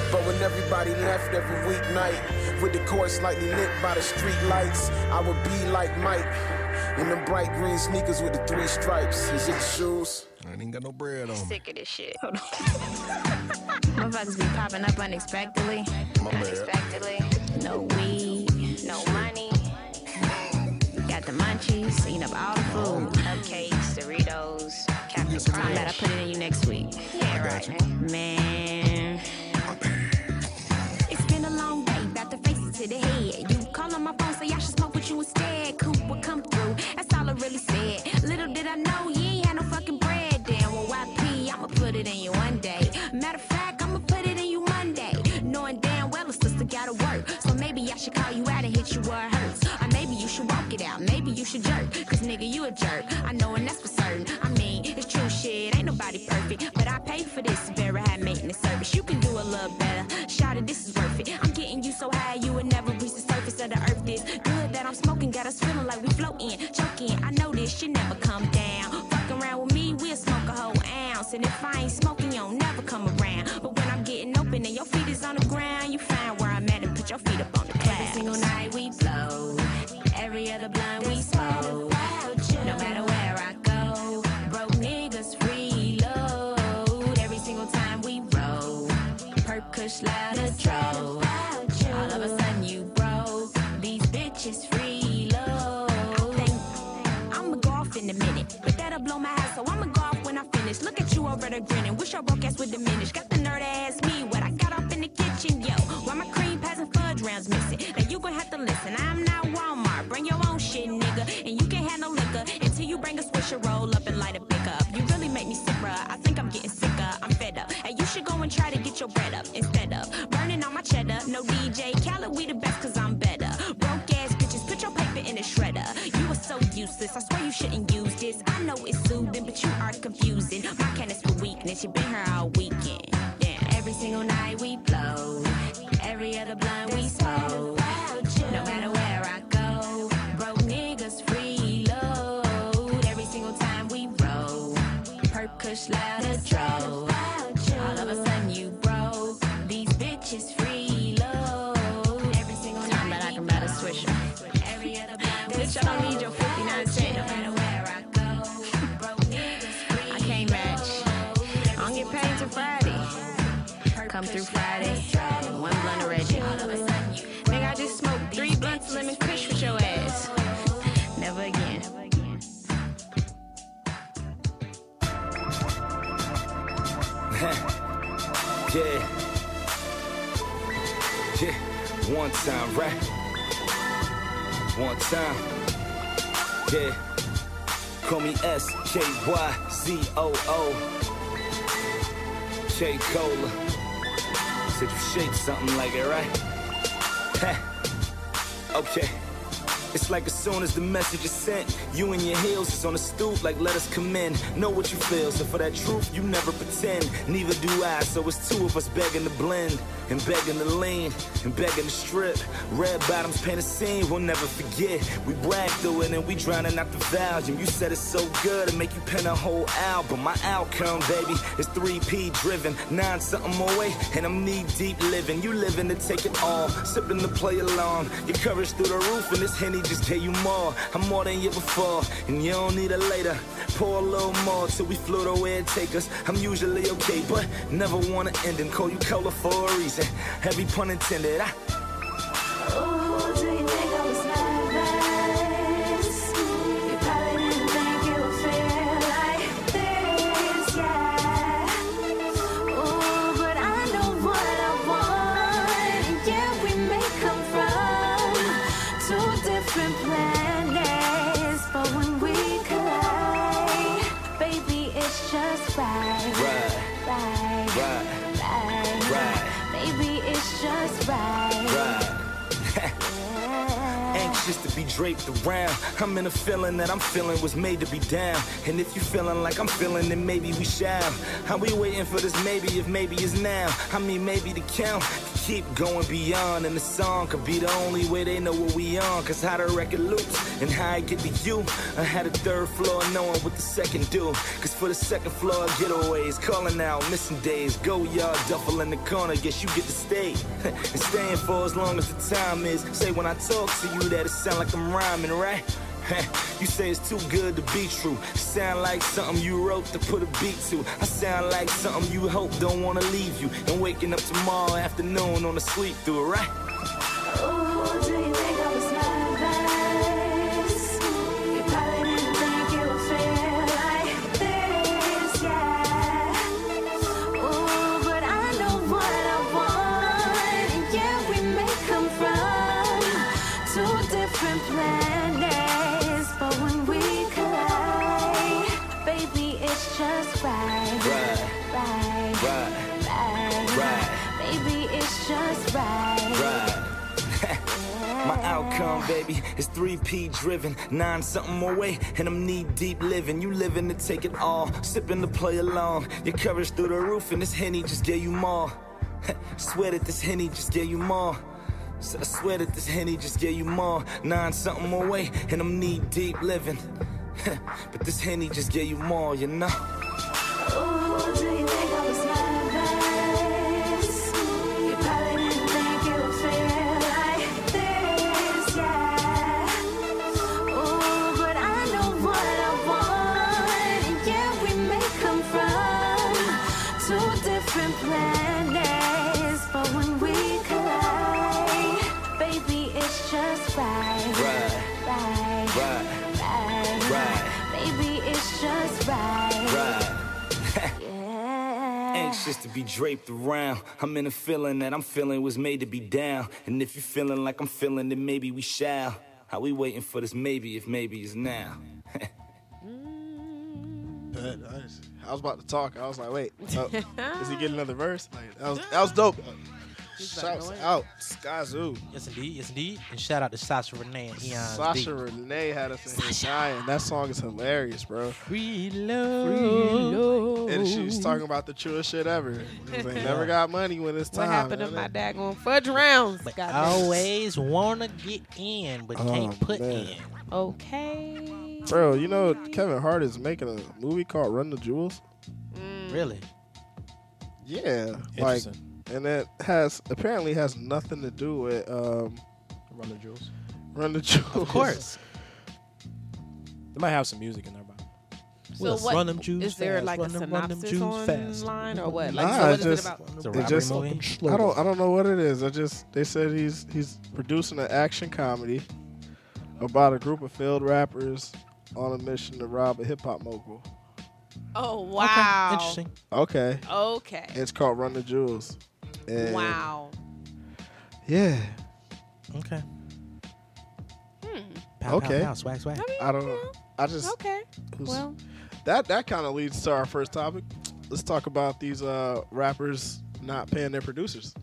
S6: But when everybody left every weeknight, with the court slightly lit by the street lights, I would be like Mike. In them bright green sneakers with the three stripes. Is it shoes?
S1: I ain't got no bread on me.
S7: Sick of this shit. Hold on. Motherfuckers be popping up unexpectedly.
S1: My bad.
S7: Unexpectedly. No weed, no money. Got the munchies, eating up all the food. Cupcakes, Doritos, Captain Crunch. I'm about to put it in you next week. Yeah, right. Man. It's been a long day, about to face it to the head. You call on my phone, say I should smoke with you instead. Coop will come through, that's all I really said. Little did I know you ain't had no fucking bread. Damn, well, YP, I'ma put it in you one day. Matter of fact, I'ma put it in you Monday. Knowing damn well a sister gotta work. So maybe I should call you out and hit you where it hurts. Or maybe you should walk it out, maybe you should jerk. Cause nigga, you a jerk, I know and that's for certain. I mean, it's true shit, ain't nobody perfect. But I paid for this very high maintenance service. You can do a little better. Shout this is worth it. I'm getting you so high you would never reach the surface of the earth. This good that I'm smoking got us feeling like we floating, choking. I know this shit never come down. Fuck around with me, we'll smoke a whole ounce. And if I ain't smoking, you'll never come around. But when I'm getting open and your feet is on the ground, you find where I'm at and put your feet up on the clouds. Every single night we blow, every other blind we smoke. No matter where I go, broke niggas reload. Every single time we roll, perp kush loud as troll. All of a sudden you broke. These bitches freeload. Think I'ma go off in a minute, but that'll blow my house. So I'ma go off when I finish. Look at you over there grinning. Wish your broke ass would diminish. Got the nerd to ask me what I got off in the kitchen, yo. Why my cream pies and fudge rounds missing? Now you gon' have to listen. I'm not Walmart. Bring your own shit, nigga, and you can't have no liquor until you bring a swisher roll up and light a pick up. You really make me sick, bruh. I think I'm getting sicker. I'm fed up. Hey, you should go and try to get your bread up instead of burning all my cheddar. No DJ Khaled, we the best cause I'm better. Broke ass bitches, put your paper in a shredder. You are so useless. I swear you shouldn't use this. I know it's soothing, but you are confusing. My kindness for weakness. You been here all weekend. Yeah. Every single night we blow. Every other blind we smoke. No matter where I go, broke niggas freeload. Every single time we roll, perp kush loud as troll. All of a sudden you broke. These bitches freeload. Every single night. I'm I can buy the swisher. Every other blind we Bitch, I don't need your 59 cent. No matter where I go, broke niggas freeload. I can't match. I don't get paid till Friday. Come through Friday. One blunt of Reggie. Nigga, I just smoked three blunts of lemon kush with your ass. Never again.
S8: Yeah. Yeah. One time, right? One time. Yeah. Call me S J Y Z O O. J Cola. Said you shake something like it, right? Heh. Okay. It's like as soon as the message is sent, you in your heels is on the stoop, like let us come in. Know what you feel, so for that truth, you never pretend. Neither do I, so it's two of us begging to blend, and begging to lean, and begging to strip. Red bottoms paint a scene we'll never forget. We brag through it and we drowning out the volume. You said it's so good, it make you pen a whole album. My outcome, baby, is 3P driven, nine something away, and I'm knee deep living. You living to take it all, sipping to play along. Your courage through the roof, and this henny just gave you more. I'm more than you before, and you don't need it later. Pour a little more till we float away and take us. I'm usually okay, but never wanna end and call you color for a reason. Heavy pun intended. I-
S7: Just right,
S8: Right,
S7: right,
S8: right,
S7: right.
S8: right.
S7: Baby, it's just
S9: just right.
S8: Anxious to be draped around. I'm in a feeling that I'm feeling was made to be down. And if you feeling like I'm feeling, then maybe we shall. How we waiting for this maybe if maybe is now? I mean, maybe the count could keep going beyond. And the song could be the only way they know what we on. Cause how the record loops and how I get to you. I had a third floor knowing what the second do. Cause for the second floor, getaways, calling out, missing days. Go yard, duffel in the corner, guess you get to stay. and staying for as long as the time is. Say when I talk to you that it sound like I'm rhyming, right? you say it's too good to be true. Sound like something you wrote to put a beat to. I sound like something you hope don't wanna leave you. And waking up tomorrow afternoon on a sleep through, right?
S9: Ooh, do you think I was nervous? You probably didn't think it would feel like this, yeah. Ooh, but I know what I want. Yeah, we may come from two different planets, but when we collide, baby, it's just right,
S8: Right.
S9: right,
S8: Right,
S9: right,
S8: right,
S9: Baby, it's just
S8: right. My outcome, baby, is 3P driven. Nine something away, and I'm knee deep living. You living to take it all, sipping to play along. Your coverage through the roof, and this henny just gave you more. swear that this henny just gave you more. S- I swear that this henny just gave you more. Nine something away, and I'm knee deep living. but this henny just gave you more, you know.
S9: Ooh, do you think I was nervous? You probably didn't think it would feel like this, yeah. Ooh, but I know what I want. Yeah, we may come from two different planets, but when we collide, baby, it's just right,
S8: Right.
S9: right,
S8: Right,
S9: right,
S8: right,
S9: Baby, it's just right,
S8: right.
S9: yeah.
S8: Anxious to be draped around. I'm in a feeling that I'm feeling was made to be down. And if you're feeling like I'm feeling, then maybe we shall. How we waiting for this maybe if maybe is now?
S1: But I, was- I was about to talk. I was like, wait, oh, is he getting another verse? Like, that was that was dope. Shouts
S2: annoying.
S1: out, Skazoo.
S3: Yes, indeed. Yes, indeed. And shout out to Sasha Renee and Eon's
S1: Sasha
S3: beat.
S1: Renee had us in here dying. That song is hilarious, bro.
S3: Free love.
S1: And she was talking about the truest shit ever. It was like, never got money when it's
S2: What
S1: time.
S2: happened to
S1: And
S2: my
S1: then-
S2: daggone fudge rounds?
S3: But
S2: God damn.
S3: always wanna get in, but
S1: Oh,
S3: can't put
S1: man.
S3: in.
S2: Okay.
S1: Bro, you know Kevin Hart is making a movie called Run the Jewels.
S2: Mm.
S3: Really?
S1: Yeah, like,
S5: Interesting.
S1: and it has apparently has nothing to do with um,
S5: Run the jewels.
S1: Run the Jewels.
S3: Of course.
S5: They might have some music in there, but
S2: So
S3: Let's
S2: what-
S3: run them Jews
S2: is there
S3: fast,
S2: like a
S3: run them- run them
S2: synopsis
S3: Jews fast.
S2: online or what? Like,
S1: Nah,
S2: so what
S1: it's
S2: is it
S1: just-
S2: about?
S3: It's a
S1: They
S3: robbery
S1: just-
S3: movie.
S1: I don't I don't know what it is. I just they said he's he's producing an action comedy about a group of failed rappers on a mission to rob a hip hop mogul.
S2: Oh
S3: Okay,
S2: wow.
S3: Interesting.
S1: Okay.
S2: Okay.
S1: It's called Run the Jewels. And
S2: Wow.
S1: Yeah.
S3: Okay.
S2: Hmm.
S3: Pow,
S1: Okay.
S3: Pow, pow, swag, swag.
S1: I don't know. I just
S2: Okay.
S1: who's-
S2: Well,
S1: that that kind of leads to our first topic. Let's talk about these uh, rappers not paying their producers.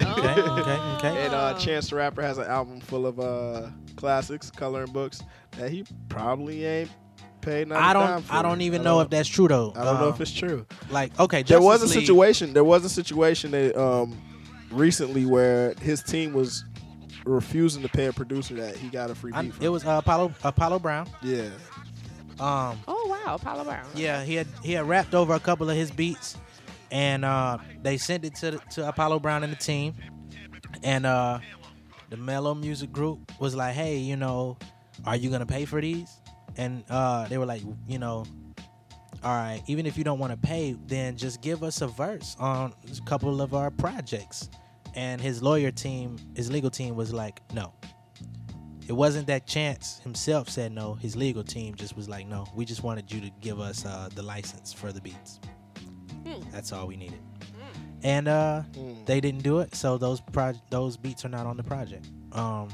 S3: Okay,
S2: Oh.
S3: okay, okay.
S1: And uh, Chance the Rapper has an album full of uh, classics, coloring books that he probably ain't paid. not a
S3: I
S1: dime
S3: don't.
S1: for.
S3: I don't even know if that's true though.
S1: I don't know
S3: Um,
S1: if it's true.
S3: like okay.
S1: There was a
S3: Justice League-
S1: situation. There was a situation that um, recently where his team was refusing to pay a producer that he got a free
S3: I-
S1: beat. from.
S3: it was uh, Apollo Apollo Brown.
S1: yeah,
S3: Um,
S2: Oh wow, Apollo Brown.
S3: yeah, he had he had rapped over a couple of his beats, and uh, they sent it to the, to Apollo Brown and the team, and uh, the Mellow Music Group was like, hey, you know, are you gonna pay for these? And uh, they were like, you know, all right, even if you don't want to pay, then just give us a verse on a couple of our projects. And his lawyer team, his legal team, was like, no. It wasn't that Chance himself said no. His legal team just was like, no, we just wanted you to give us uh, the license for the beats.
S2: Hmm.
S3: That's all we needed. And uh, they didn't do it, so those pro- those beats are not on the project. Um,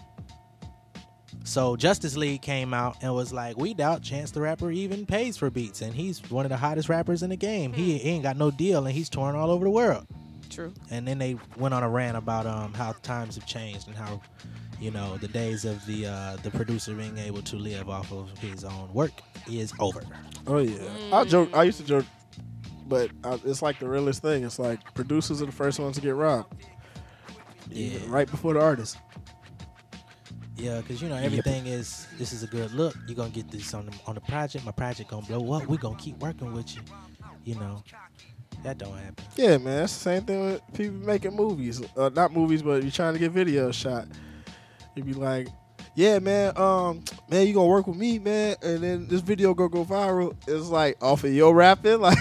S3: so Justice League came out and was like, "We doubt Chance the Rapper even pays for beats, and he's one of the hottest rappers in the game. He, he ain't got no deal, and he's touring all over the world."
S2: True.
S3: and then they went on a rant about um, how times have changed and how you know the days of the uh, the producer being able to live off of his own work is over.
S1: Oh yeah, I joke. I used to joke, but I, it's like the realest thing. It's like producers are the first ones to get robbed,
S3: Yeah,
S1: right before the artist.
S3: yeah, because you know everything is this is a good look. You're gonna get this on the, on the project. My project gonna blow up. We gonna keep working with you. You know that don't happen.
S1: Yeah, man, that's the same thing with people making movies. Uh, not movies, but you're trying to get video shot. You'd be like, "Yeah, man, um, man, you gonna work with me, man?" And then this video gonna go viral. It's like off of your rapping, like,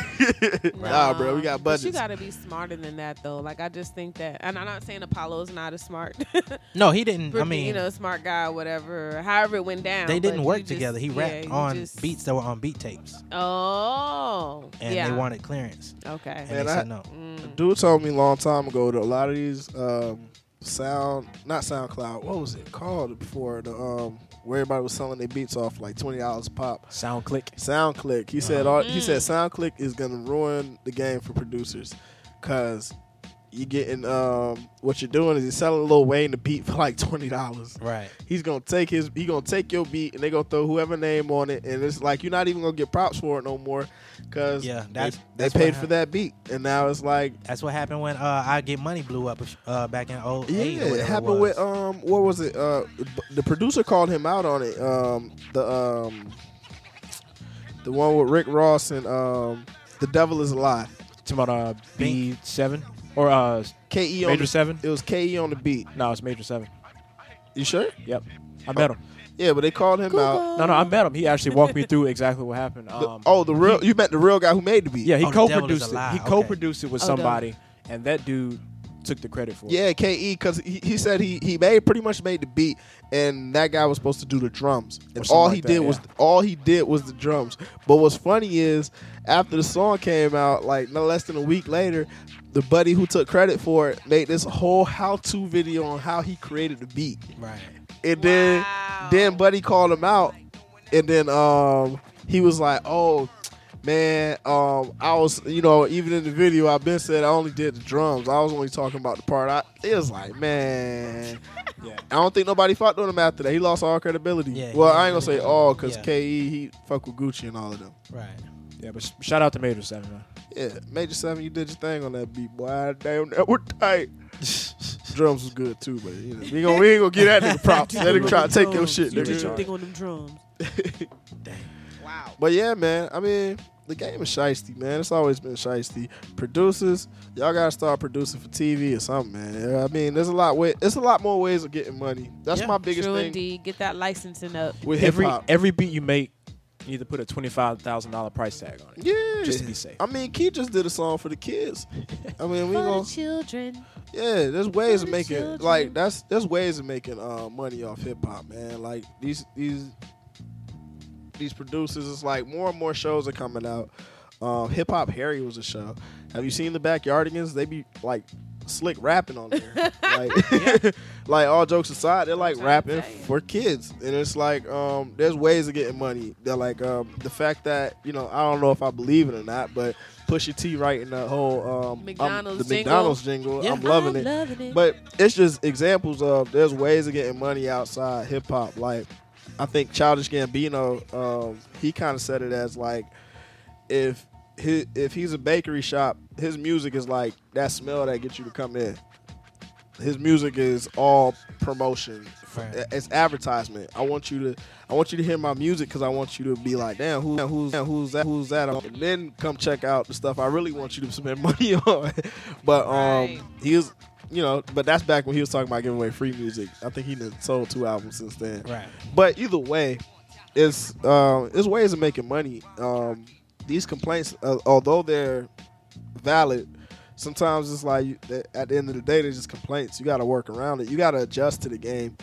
S1: nah, bro, we got
S2: But you
S1: budgets.
S2: gotta be smarter than that, though. Like I just think that, and I'm not saying Apollo's not a smart,
S3: No, he didn't. Mm, I
S2: I
S3: mean,
S2: you know, smart guy, whatever. However it went down,
S3: they
S2: but
S3: didn't
S2: you
S3: work
S2: just-
S3: together. He
S2: yeah,
S3: rapped
S2: you
S3: on
S2: just-
S3: beats that were on beat tapes,
S2: Oh,
S3: and
S2: yeah.
S3: they wanted clearance,
S2: Okay.
S3: and
S1: Man,
S3: they
S1: I-
S3: said no.
S1: A dude told me a long time ago that a lot of these um, sound, not SoundCloud, what was it called before the um, where everybody was selling their beats off like twenty dollars a pop.
S5: Sound click.
S1: SoundClick. He said all, he said SoundClick is gonna ruin the game for producers, cause you getting um what you're doing is you're selling Lil Wayne the beat for like twenty dollars.
S3: Right.
S1: He's gonna take his he gonna take your beat and they gonna throw whoever name on it and it's like you're not even gonna get props for it no more, cause
S3: Yeah,
S1: they-
S3: that's-
S1: they,
S3: that's what
S1: paid for
S3: happened.
S1: that beat and now it's like
S3: That's what happened when uh, I Get Money blew up uh, back in 08.
S1: yeah
S3: or whatever
S1: it happened
S3: was.
S1: with um what was it uh b- the producer called him out on it um the um the one with Rick Ross and um the devil is a lie.
S5: Talking about uh, B seven or uh,
S1: KE E on
S5: Major
S1: the,
S5: seven.
S1: It was KE on the beat.
S5: No, it's Major seven.
S1: You sure? Oh.
S5: Yep, I met him.
S1: Yeah, but they called him out.
S5: No, no, I met him. He actually walked me through exactly what happened.
S1: The-
S5: Um,
S1: oh, the real you met the real guy who made the beat.
S5: yeah, he
S3: Oh, the devil is
S5: co-produced
S3: a
S5: it.
S3: lie.
S5: He
S3: Okay.
S5: co-produced it with
S2: Oh, no.
S5: somebody, and that dude took the credit for it.
S1: Yeah, KE because he, he said he he made pretty much made the beat, and that guy was supposed to do the drums, and
S5: something
S1: all
S5: like
S1: he
S5: that,
S1: did was
S5: yeah.
S1: all he did was the drums. But what's funny is after the song came out, like no less than a week later, the buddy who took credit for it made this whole how-to video on how he created the beat,
S3: Right.
S1: and then
S2: Wow.
S1: then buddy called him out, and then um he was like, oh. Man, um, I was, you know, even in the video, I've been said I only did the drums. I was only talking about the part. I it was like, man,
S5: Yeah.
S1: I don't think nobody fucked with him after that. He lost all credibility.
S3: Yeah,
S1: well,
S3: he-
S1: I ain't gonna say all because
S3: Yeah.
S1: Ke he fuck with Gucci and all of them.
S3: Right.
S5: Yeah, but sh- shout out to Major Seven. Man.
S1: Yeah, Major Seven, you did your thing on that beat, boy. Damn, that was tight. Drums was good too, but you know, we, gonna, we ain't gonna get that nigga props. Let him try to take your shit,
S2: You did your
S1: nigga.
S2: thing on them drums.
S1: But yeah, man. I mean, the game is shisty, man. It's always been shisty. Producers, y'all gotta start producing for TV or something, man. I mean, there's a lot way. It's a lot more ways of getting money. That's
S3: Yeah.
S1: my biggest
S2: True
S1: thing
S2: indeed. Get that licensing up.
S1: with hip
S5: Every
S1: hop.
S5: every beat you make, you need to put a twenty five thousand dollar price tag on it.
S1: Yeah,
S5: Just to be safe.
S1: I mean, Key just did a song for the kids. I mean, we
S2: For the
S1: gonna
S2: children.
S1: yeah. There's ways of
S2: the
S1: making
S2: children.
S1: like that's there's ways of making uh, money off hip hop, man. Like these these these producers, it's like more and more shows are coming out. Um, hip hop Harry was a show. Have you seen the Backyardigans? They be like slick rapping on there. like, like all jokes aside, they're like
S2: trying to
S1: rapping
S2: tell you.
S1: for kids, and it's like um, there's ways of getting money. They're like um, the fact that you know I don't know if I believe it or not, but Pusha T writing the whole um, I'm-
S2: McDonald's
S1: the
S2: jingle.
S1: McDonald's jingle.
S3: Yeah.
S1: I'm loving it.
S2: loving it.
S1: But it's just examples of there's ways of getting money outside hip hop. Like I think Childish Gambino, um, he kind of said it as like if he, if he's a bakery shop, his music is like that smell that gets you to come in. His music is all promotion.
S3: Right.
S1: It's advertisement. I want you to I want you to hear my music because I want you to be like, damn, who, who's damn, who's that? Who's that? And then come check out the stuff I really want you to spend money on. but um,
S2: Right.
S1: he was, you know, but that's back when he was talking about giving away free music. I think he done sold two albums since then.
S3: Right.
S1: But either way, it's um, it's ways of making money. Um, these complaints, uh, although they're valid, sometimes it's like you, that at the end of the day, they're just complaints. You got to work around it. You got to adjust to the game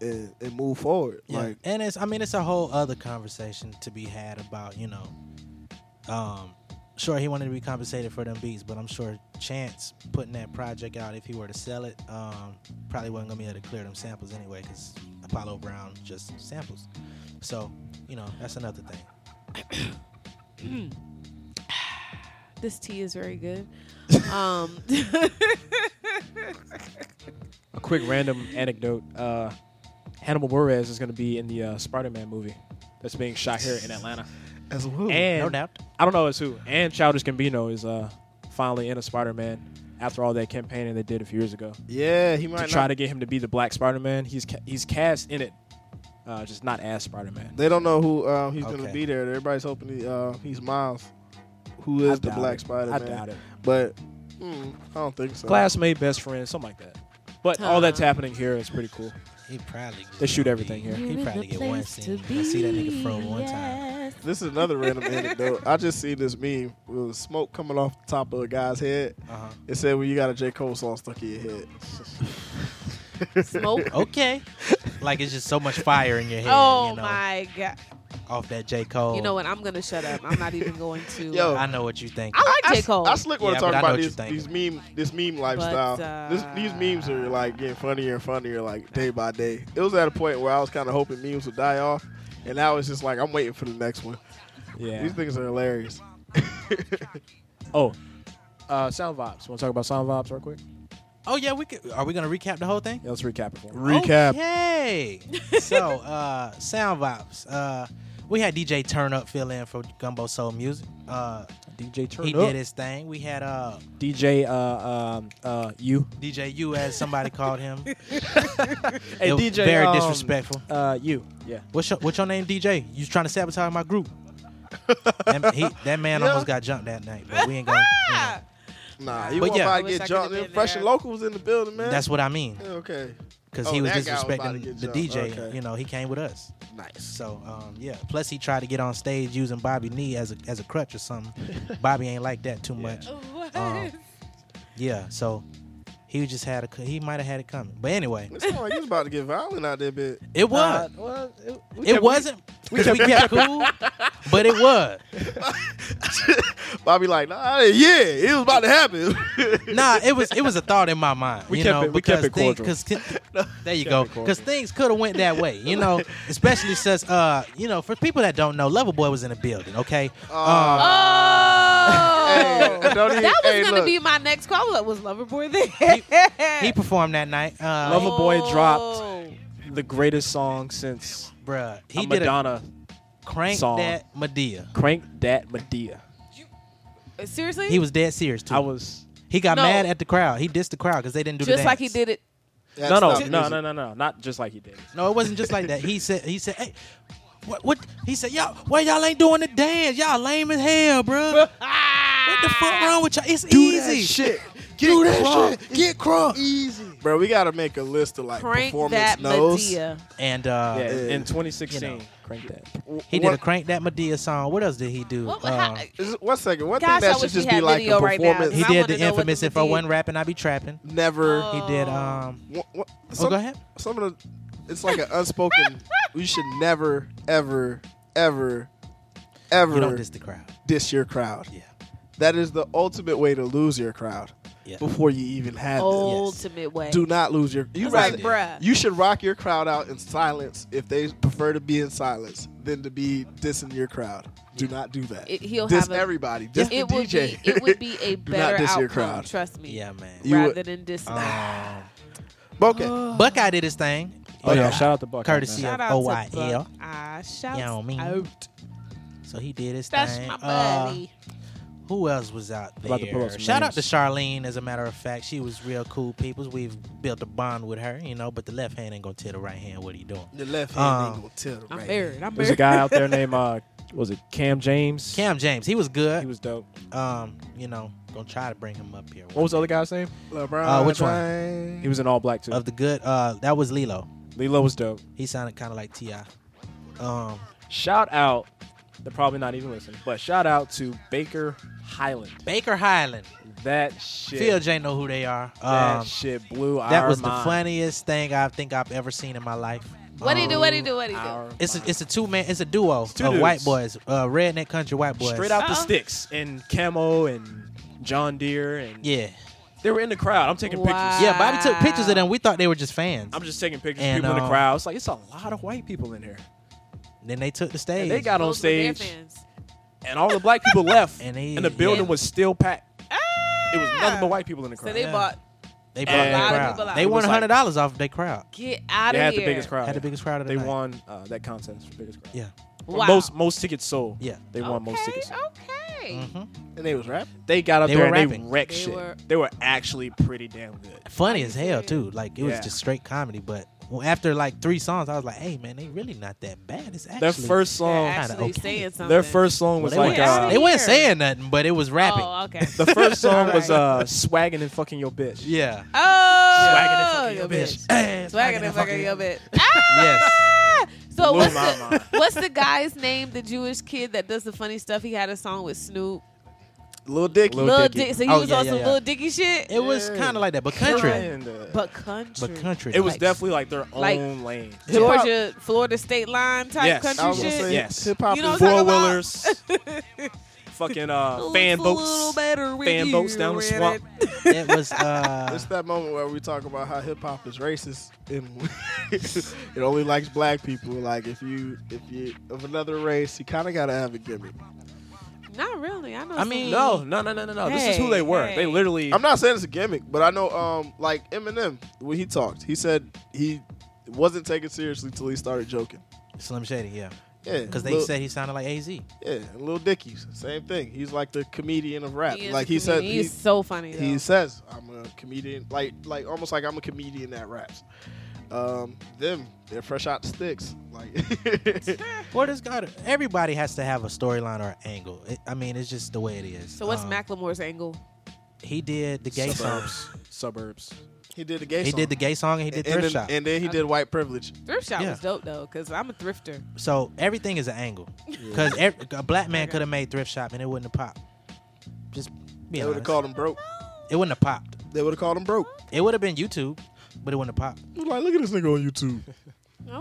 S1: and, and move forward.
S3: Yeah.
S1: Like
S3: and it's I mean it's a whole other conversation to be had about, you know, um sure he wanted to be compensated for them beats, but I'm sure Chance putting that project out if he were to sell it, um probably wasn't going to be able to clear them samples anyway cuz Apollo Brown just samples. So, you know, that's another thing.
S2: This tea is very good. Um,
S5: A quick random anecdote. Uh, Hannibal Buress is going to be in the uh, Spider-Man movie that's being shot here in Atlanta.
S1: As who?
S5: And
S3: No doubt.
S5: I don't know as who. And Childish Gambino is uh, finally in a Spider-Man after all that campaigning they did a few years ago
S1: yeah, he
S5: to
S1: might
S5: try
S1: not.
S5: to get him to be the Black Spider-Man. He's ca- he's cast in it, uh, just not as Spider-Man.
S1: they don't know who uh, he's going
S3: Okay.
S1: to be there. Everybody's hoping he, uh, he's Miles, who is the
S5: doubt
S1: Black
S5: it.
S1: Spider Man.
S5: I doubt it.
S1: But mm, I don't think so.
S5: Classmate, best friend, something like that. But all that's happening here is pretty cool.
S3: He probably
S5: They shoot everything here.
S3: He probably get one scene. I see that nigga fro one time.
S1: This is another random anecdote. I just seen this meme with smoke coming off the top of a guy's head.
S3: Uh-huh.
S1: It said, "Well, you got a J Cole song stuck in your head."
S2: smoke.
S3: Okay, like it's just so much fire in your head.
S2: oh
S3: you know, Oh.
S2: my god!
S3: Off that J Cole.
S2: You know what? I'm gonna shut up. I'm not even going to. uh,
S1: Yo.
S3: I know what you think.
S2: I like
S1: I,
S2: J Cole.
S1: I slick want
S3: Yeah,
S1: to
S3: but
S1: talk
S3: I know
S1: about
S3: what
S1: these,
S3: you're
S1: these meme this meme lifestyle.
S2: uh,
S1: this, these memes are like getting funnier and funnier, like day by day. It was at a point where I was kind of hoping memes would die off, and now it's just like I'm waiting for the next one.
S5: Yeah.
S1: These things are hilarious.
S5: Oh, uh, sound vibes. Want to talk about sound vibes real quick?
S3: Oh yeah, we could. Are we gonna recap the whole thing? Oh,
S5: Yeah, let's recap it for me.
S3: Okay. so, uh, sound vibes. Uh, we had DJ Turn Up fill in for Gumbo Soul Music. Uh,
S5: DJ Turn
S3: he
S5: Up.
S3: did his thing. We had uh,
S5: DJ uh um uh you.
S3: DJ U, as somebody called him.
S5: Hey
S3: It was
S5: DJ.
S3: very
S5: um,
S3: disrespectful.
S5: Uh you. Yeah.
S3: What's your, what's your name, DJ? You trying to sabotage my group? that, he, that man
S1: Yeah.
S3: almost got jumped that night, but we ain't gonna. you know.
S1: Nah, you
S3: But
S1: want
S3: yeah.
S1: about
S2: I
S1: to
S2: wish I
S1: get
S2: could've
S1: jumped?
S2: been
S1: in? Fresh
S2: there.
S1: and local was in the building, man.
S3: That's what I mean,
S1: Yeah, okay.
S3: because
S1: Oh,
S3: he was
S1: that guy was about to
S3: disrespecting
S1: get
S3: the
S1: jumped.
S3: DJ.
S1: Okay.
S3: You know, he came with us.
S1: Nice.
S3: So um, yeah. Plus, he tried to get on stage using Bobby knee as a as a crutch or something. Bobby ain't like that too much. Um, yeah. So he just had a he might have had it coming. But anyway,
S1: It's not like he was about to get violent out there, bit.
S3: it
S5: Uh,
S3: was.
S5: well, it, we
S3: it
S5: kept-
S3: wasn't. We, we kept cool, but it was.
S1: Bobby like, nah, yeah, it was about to happen.
S3: Nah, it was it was a thought in my mind.
S5: We
S3: you
S5: kept
S3: know,
S5: it- we
S3: because
S5: kept it
S3: things-
S5: cordial.
S3: 'cause thi- there you go. Because things could have went that way. You know, especially since uh, you know, for people that don't know, Levelboy was in the building. Okay.
S1: Aw.
S3: um,
S2: Oh,
S1: Hey, don't even-
S2: that was
S1: hey,
S2: gonna
S1: look.
S2: be my next call. That was Loverboy there.
S3: he performed that night. Uh,
S5: Level- Loverboy
S2: Oh.
S5: dropped. the greatest song since
S3: bruh,
S5: he
S3: he
S5: a
S3: did a
S5: Madonna
S3: crank
S5: song.
S3: that Medea.
S5: crank that Medea.
S2: Seriously,
S3: He was dead serious too.
S5: I was
S3: he got
S2: No.
S3: mad at the crowd. He dissed the crowd because they didn't do the
S2: just like he
S3: dance.
S2: did it.
S1: That's
S5: no no no
S1: not music.
S5: no no no not just like he did.
S3: No, it wasn't just like that. He said he said, "Hey, what what?" He said, "Y'all, why y'all ain't doing the dance? Y'all lame as hell, bruh. what the fuck wrong with y'all? It's easy.
S1: shit.
S3: Get do that shit. Get crunk.
S1: Bro, we gotta make a list of like
S2: Crank
S1: performance
S2: that
S1: notes.
S2: Medea.
S3: And uh,
S5: Yeah, in- in
S1: uh,
S5: 2016,
S3: you know.
S5: crank that.
S3: he did
S1: One-
S3: a crank that Medea song. What else did he do?
S2: What,
S3: Uh,
S2: how,
S1: Is it- one second. One
S2: Gosh,
S1: thing
S2: I
S1: that should
S2: wish
S1: just
S2: we
S1: be
S2: had
S1: like
S2: video
S1: a
S2: right now,
S1: performance.
S3: he
S2: I
S3: did
S2: wanna
S3: the
S2: know what
S3: infamous
S2: the
S3: info
S2: Madea-
S3: one rapping. I be trapping.
S1: Never.
S2: Oh.
S3: He did um.
S1: Wha- wha-
S3: Oh,
S1: some-
S3: go ahead.
S1: Some of the, it's like an unspoken. you should never, ever, ever,
S3: You don't
S1: ever
S3: diss the crowd.
S1: diss your crowd.
S3: Yeah.
S1: That is the ultimate way to lose your crowd
S3: Yeah.
S1: before you even have them.
S2: ultimate way.
S1: Do not lose your. You
S2: It's like,
S1: rather-
S2: bruh.
S1: You should rock your crowd out in silence if they prefer to be in silence than to be dissing your crowd. Do not do that.
S2: It- he'll
S1: diss
S2: have a-
S1: everybody. Diss
S2: it,
S1: the
S2: it would
S1: DJ.
S2: be it would be a
S1: Do not
S2: better
S1: diss
S2: outcome.
S1: your crowd.
S2: Trust me.
S3: Yeah, man.
S1: You
S2: rather
S1: would-
S2: than dissing.
S3: Um,
S1: okay.
S3: Buckeye did his thing.
S5: Oh yeah,
S3: Uh,
S5: shout out to Buck.
S3: Courtesy
S2: Shout
S3: of
S2: out to
S3: OYL.
S2: Buck. Ah, shout
S3: Yeah, I mean.
S2: out.
S3: So he did his
S2: That's
S3: thing.
S2: my
S3: Uh,
S2: buddy.
S3: who else was out there?
S5: About to pull up some
S3: Shout out to
S5: names.
S3: Charlene, as a matter of fact. She was real cool people. We've built a bond with her, you know, but the left hand ain't gonna tell the right hand what he doing.
S1: The left
S3: hand
S1: hand
S3: ain't
S1: ain't gonna tell the
S2: I'm
S1: right.
S2: married. I'm
S5: There's a
S2: married.
S5: guy out there named uh, was it Cam James?
S3: Cam James, he was good.
S5: He was dope.
S3: um, you know, gonna try to bring him up here.
S5: What was the other guy's name?
S1: LeBron
S3: Uh, which one?
S1: James.
S5: He was in all black too.
S3: of the good uh that was Lilo.
S5: Lilo was dope.
S3: He sounded kinda like T.I. Um
S5: Shout out. They're probably not even listening, but shout out to Baker Highland.
S3: Baker Highland.
S5: That shit.
S3: Phil J know who they are.
S5: that
S3: Um
S5: shit blew our
S3: that was the
S5: mind.
S3: funniest thing I think I've ever seen in my life.
S2: What he do? What he do? What he do?
S5: Our
S3: It's a,
S5: mind.
S3: it's a two man it's a duo
S5: two
S3: of white
S5: dudes.
S3: boys, uh, redneck country white boys.
S5: straight out the
S2: Uh-uh.
S5: sticks and camo and John Deere and
S3: Yeah,
S5: they were in the crowd. I'm taking
S2: Wow.
S5: pictures.
S3: yeah. Bobby took pictures of them. We thought they were just fans.
S5: I'm just taking pictures.
S3: And,
S5: of people in
S3: uh,
S5: the crowd. It's like it's a lot of white people in here.
S3: then they took the stage.
S5: And they got on
S2: Those were their
S5: stage
S2: fans.
S5: and all the black people left,
S3: And
S5: and,
S3: they-
S5: the building
S3: yeah.
S5: was still packed. It was nothing but white people in the
S2: Ah. So
S5: crowd.
S2: they
S3: Yeah.
S2: bought
S3: They
S5: A
S3: brought
S5: lot
S3: their
S5: of
S2: people
S3: crowd.
S2: out.
S3: They
S2: It
S3: won
S5: was like-
S3: hundred dollars off their crowd.
S2: get out
S5: They
S2: of
S5: had
S2: here.
S5: the biggest crowd.
S3: Had the biggest crowd of the
S5: They
S3: night.
S5: won uh, that contest. Biggest crowd.
S3: Yeah.
S5: Or
S2: Wow.
S5: Most most tickets sold.
S3: Yeah.
S5: They
S2: okay,
S5: won most tickets. sold.
S2: Okay.
S1: And they was rapping.
S5: They got up
S3: They
S5: there
S3: were
S5: and they
S3: rapping.
S5: wrecked
S2: They
S5: shit.
S2: were-
S5: They were actually pretty damn good.
S3: Funny as hell too. Like it was
S5: Yeah.
S3: just straight comedy. But well, after like three songs, I was like, hey man, they really not that bad. It's actually
S5: Their first
S2: They're
S5: song.
S3: kinda
S2: actually
S3: okay.
S2: saying something.
S5: Their first song
S3: Well,
S5: was
S3: they,
S5: like.
S3: weren't,
S2: went-
S5: Uh,
S3: they weren't
S2: here.
S3: saying nothing, but it was rapping.
S2: Oh, okay.
S5: the first song was
S2: Alright.
S5: uh, swagging and fucking your bitch.
S3: Yeah.
S2: Oh, your bitch.
S3: Hey,
S2: Swagging and fucking your bitch.
S3: Yes.
S2: Ah! So
S5: Blew
S2: what's
S5: my
S2: the,
S5: mind.
S2: what's the guy's name? The Jewish kid that does the funny stuff. He had a song with Snoop.
S5: Little Dick.
S2: Lil, Dicky. So he
S3: Oh,
S2: was
S3: yeah,
S2: on
S3: yeah,
S2: some
S3: yeah.
S2: Lil Dicky shit.
S3: It was
S5: Yeah.
S3: kind of like that, but country.
S2: but country.
S3: But country.
S5: It was
S3: like-
S5: definitely like their
S2: Like-
S5: own lane.
S2: Georgia, Florida state line type
S5: Yes.
S1: I
S2: country
S1: was gonna
S2: shit.
S1: say
S5: Yes.
S1: hip hop
S2: You know
S1: is
S2: what I'm talking
S5: Four
S2: about?
S5: wheelers. fucking uh,
S2: Looks
S5: fan
S2: a little
S5: boats.
S2: better with
S5: Fan
S2: you
S5: boats down the
S2: in
S5: swamp.
S2: it.
S3: It was. Uh,
S1: It's that moment where we talk about how hip hop is racist and it only likes black people. Like if you if you of another race, you kind of gotta have a gimmick.
S2: Not really. I know.
S3: I
S2: some-
S3: mean,
S5: No, no, no, no, no, no. this is who
S2: Hey,
S5: they were.
S2: hey.
S5: They literally.
S1: I'm not saying it's a gimmick, but I know um like Eminem when he talked, he said he wasn't taken seriously till he started joking.
S5: uh,
S3: Slim Shady, yeah,
S1: Yeah,
S3: because they
S1: Lil-
S3: said he sounded like Az.
S1: yeah, and Lil Dicky, same thing. He's like the comedian of rap.
S2: he is
S1: like
S2: a
S1: he said,
S2: comedian.
S1: he,
S2: he's so funny. Though.
S1: he says I'm a comedian, like like almost like I'm a comedian that raps. Um, them they're fresh out the sticks, like.
S3: Well, this got everybody has to have a storyline or an angle. It, I mean, it's just the way it is.
S2: so what's
S3: Um,
S2: Macklemore's angle?
S3: He did the gay song.
S5: suburbs. Suburbs.
S1: He did the gay
S3: He
S1: song.
S3: did the gay song and he
S1: and,
S3: did thrift
S1: then,
S3: shop.
S1: and then he did white privilege.
S2: Thrift shop
S3: Yeah.
S2: was dope though, cause I'm a thrifter.
S3: so everything is an angle. Because a black man could have made thrift shop and it wouldn't have popped. Just be
S1: They would have
S3: honest.
S1: called him broke.
S3: it wouldn't have popped.
S1: They would have called him broke.
S3: It would have been YouTube, but it wouldn't have popped. It
S1: Like, look at this nigga on YouTube.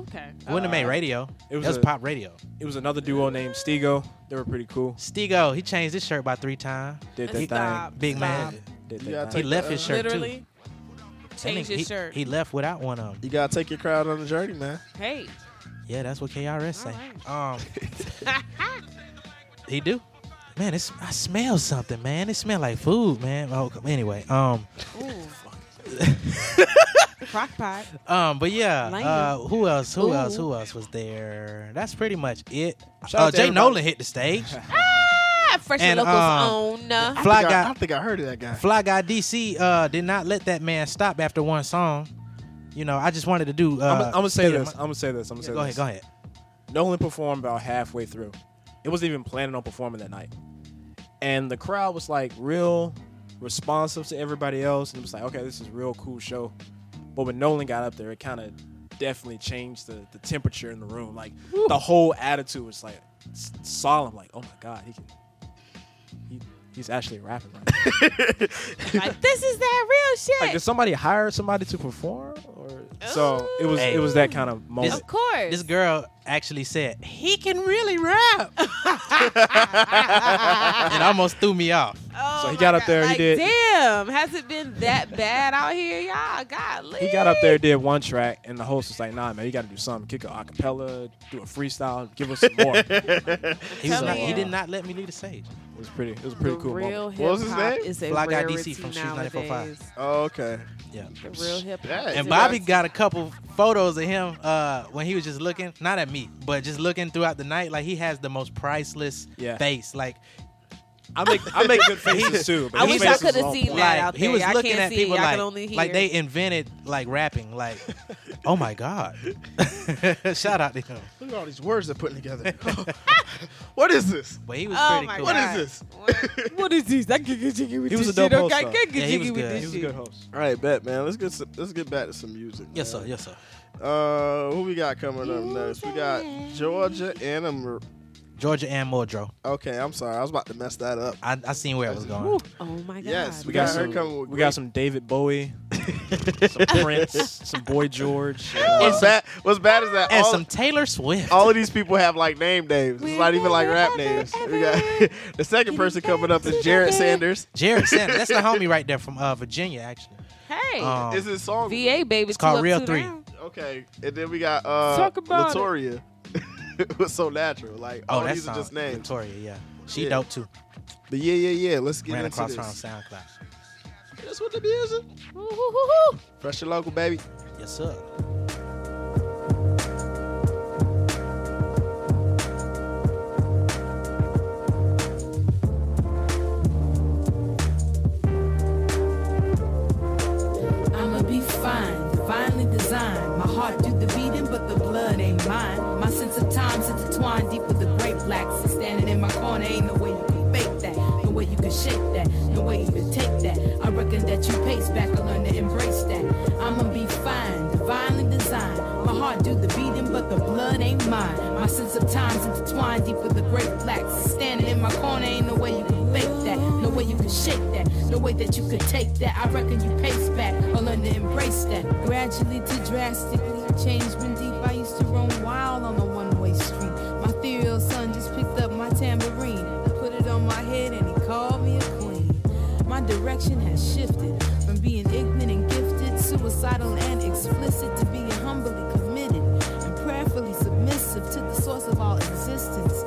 S2: Okay. Uh,
S3: wouldn't have made radio. It
S5: it
S3: was,
S5: was a-
S3: pop radio.
S5: It was another duo named Stego. They were pretty cool.
S3: Stego, he changed his shirt about three times.
S5: Did their
S2: Stop.
S5: thing.
S3: Big man.
S2: Stop.
S5: Did
S1: You
S5: their
S1: gotta
S3: He
S5: thing.
S1: take- uh,
S3: left his shirt too.
S2: Literally
S3: That
S2: changed
S3: nigga-
S2: his
S3: he,
S2: shirt.
S3: He left without one of them.
S1: You gotta take your crowd on the journey, man.
S2: hey.
S3: Yeah, that's what KRS say.
S2: Alright.
S3: Um, he do. Um, Man, it's, I smell something, man. It smell like food, man. Oh, anyway, um,
S2: Ooh. Crock pot.
S3: um, but yeah,
S2: Lame.
S3: uh, who else? Who else?
S2: Ooh.
S3: Who else was there? That's pretty much it.
S5: Shout
S3: uh,
S5: out to
S3: Jay
S5: everybody.
S3: Nolan hit the stage.
S2: Ah, fresh
S3: And,
S2: and, locals
S3: um,
S2: own. Uh,
S3: Fly
S1: I, think I,
S3: guy,
S1: I think I heard of that guy.
S3: Fly Guy DC uh, did not let that man stop after one song. You know, I just wanted to do. Uh,
S5: I'm, I'm gonna say
S3: state of
S5: this.
S3: my-
S5: I'm gonna say this. I'm gonna say
S3: go ahead,
S5: this.
S3: go ahead.
S5: Nolan performed about halfway through. It wasn't even planning on performing that night. And the crowd was like real responsive to everybody else. And it was like, okay, this is a real cool show. But when Nolan got up there, it kind of definitely changed the, the temperature in the room. Like the whole attitude was like s- solemn. Like, oh my God, he can. He, he's actually rapping right now.
S2: like this is that real shit.
S5: like, did somebody hire somebody to perform? Or so it was.
S3: Hey.
S5: It was that kind of moment.
S2: of course.
S3: This girl actually said he can really rap. it almost threw me off.
S2: Oh
S5: So he
S2: my
S5: got up
S2: God.
S5: there, he
S2: Like,
S5: did-
S2: Damn, has it been that bad out here, y'all? God,
S5: He got up there, did one track, and the host was like, "Nah, man, you got to do something. Kick a acapella, do a freestyle, give us some more." it
S3: He, was
S2: Tell
S3: not,
S2: me.
S3: he did not let me leave the stage.
S5: was pretty. It was a pretty
S2: the
S5: cool
S2: real
S5: moment.
S2: hip
S1: What was his name?
S2: Is a
S3: Fly Guy DC
S2: rarity
S3: from She's
S2: nowadays.
S3: 94.5.
S1: Oh, okay.
S3: Yeah.
S2: The real hip hop.
S1: Dang.
S2: is
S3: And
S2: a
S3: Bobby
S2: rarity.
S3: got a couple photos of him uh, when he was just looking, not at me, but just looking throughout the night. Like he has the most priceless
S5: Yeah.
S3: face. Like
S5: I make I make good faces too. But
S2: I
S5: his
S2: wish I
S5: face was
S2: coulda
S5: on
S2: seen
S5: point.
S2: that.
S3: like
S2: out
S3: he
S2: there.
S3: was
S2: Y'all
S3: looking
S2: can't
S3: at
S2: see,
S3: people
S2: y'all
S3: like
S2: can only
S3: like
S2: hear.
S3: they invented like rapping. Like oh my god! Shout out to him.
S1: Look at all these words they're putting together. what is this?
S3: But he was
S2: Oh
S3: pretty
S2: my
S3: cool.
S1: What
S2: God.
S1: is
S2: What- what is this? I can get jiggy with
S5: He was
S2: this
S5: a dope
S2: shit,
S5: host,
S2: okay? I
S5: though.
S2: can get
S3: Yeah, he
S2: jiggy
S3: was
S2: with
S3: good.
S2: this
S5: He was a
S2: shit.
S5: good host.
S1: All right, bet man. Let's get some, let's get back to some music.
S3: Yes
S1: man.
S3: sir, yes sir.
S1: Uh, who we got coming up next? We got Georgia Anna. Mar-
S3: Georgia and Mordro.
S1: okay, I'm sorry, I was about to mess that up.
S3: I, I seen where it was going.
S2: Oh my god.
S1: Yes,
S5: We
S1: Yeah,
S5: got
S1: her
S5: some.
S1: coming with
S5: We
S1: great-
S5: got some David Bowie, some Prince, some Boy George.
S1: What's bad? What's bad is that
S3: and
S1: all,
S3: some Taylor Swift.
S1: all of these people have like name names. It's not even like rap names. We got the second person coming up is Jared Sanders.
S3: Jared Sanders. That's the homie right there from uh, Virginia, actually.
S2: Hey,
S3: Um,
S1: Is his song?
S2: VA baby.
S3: it's called
S2: two up,
S3: Real
S2: two
S3: Three.
S2: down.
S1: Okay, and then we got uh,
S2: Talk about it.
S1: Latoria. it was so natural. Like
S3: Oh,
S1: all
S3: that's
S1: these are just names.
S3: Victoria, yeah. She
S1: Yeah.
S3: dope too.
S1: But yeah, yeah, yeah. Let's get
S3: Ran
S1: into
S3: across
S1: this.
S3: her on SoundCloud.
S1: That's what the music.
S2: Woo-hoo-hoo-hoo.
S1: Fresh and local, baby.
S3: Yes, sir.
S10: I'ma be fine, divinely designed. My heart do the beating, but the blood ain't mine. My sense of time's intertwined deep with the great black. So standing in my corner, ain't no way you can fake that. No way you can shake that. No way you can take that. I reckon that you pace back, I learn to embrace that. I'ma be fine, divinely designed. My heart do the beating, but the blood ain't mine. My sense of time's intertwined deep with the great black. So standing in my corner, ain't no way you can fake that. No way you can shake that. No way that you could take that. I reckon you pace back or learn to embrace that. Gradually to drastically change when deep. I used to roam wild on the one-way street. My ethereal son just picked up my tambourine, put it on my head, and he called me a queen. My direction has shifted from being ignorant and gifted, suicidal and explicit, to being humbly committed and prayerfully submissive to the source of all existence.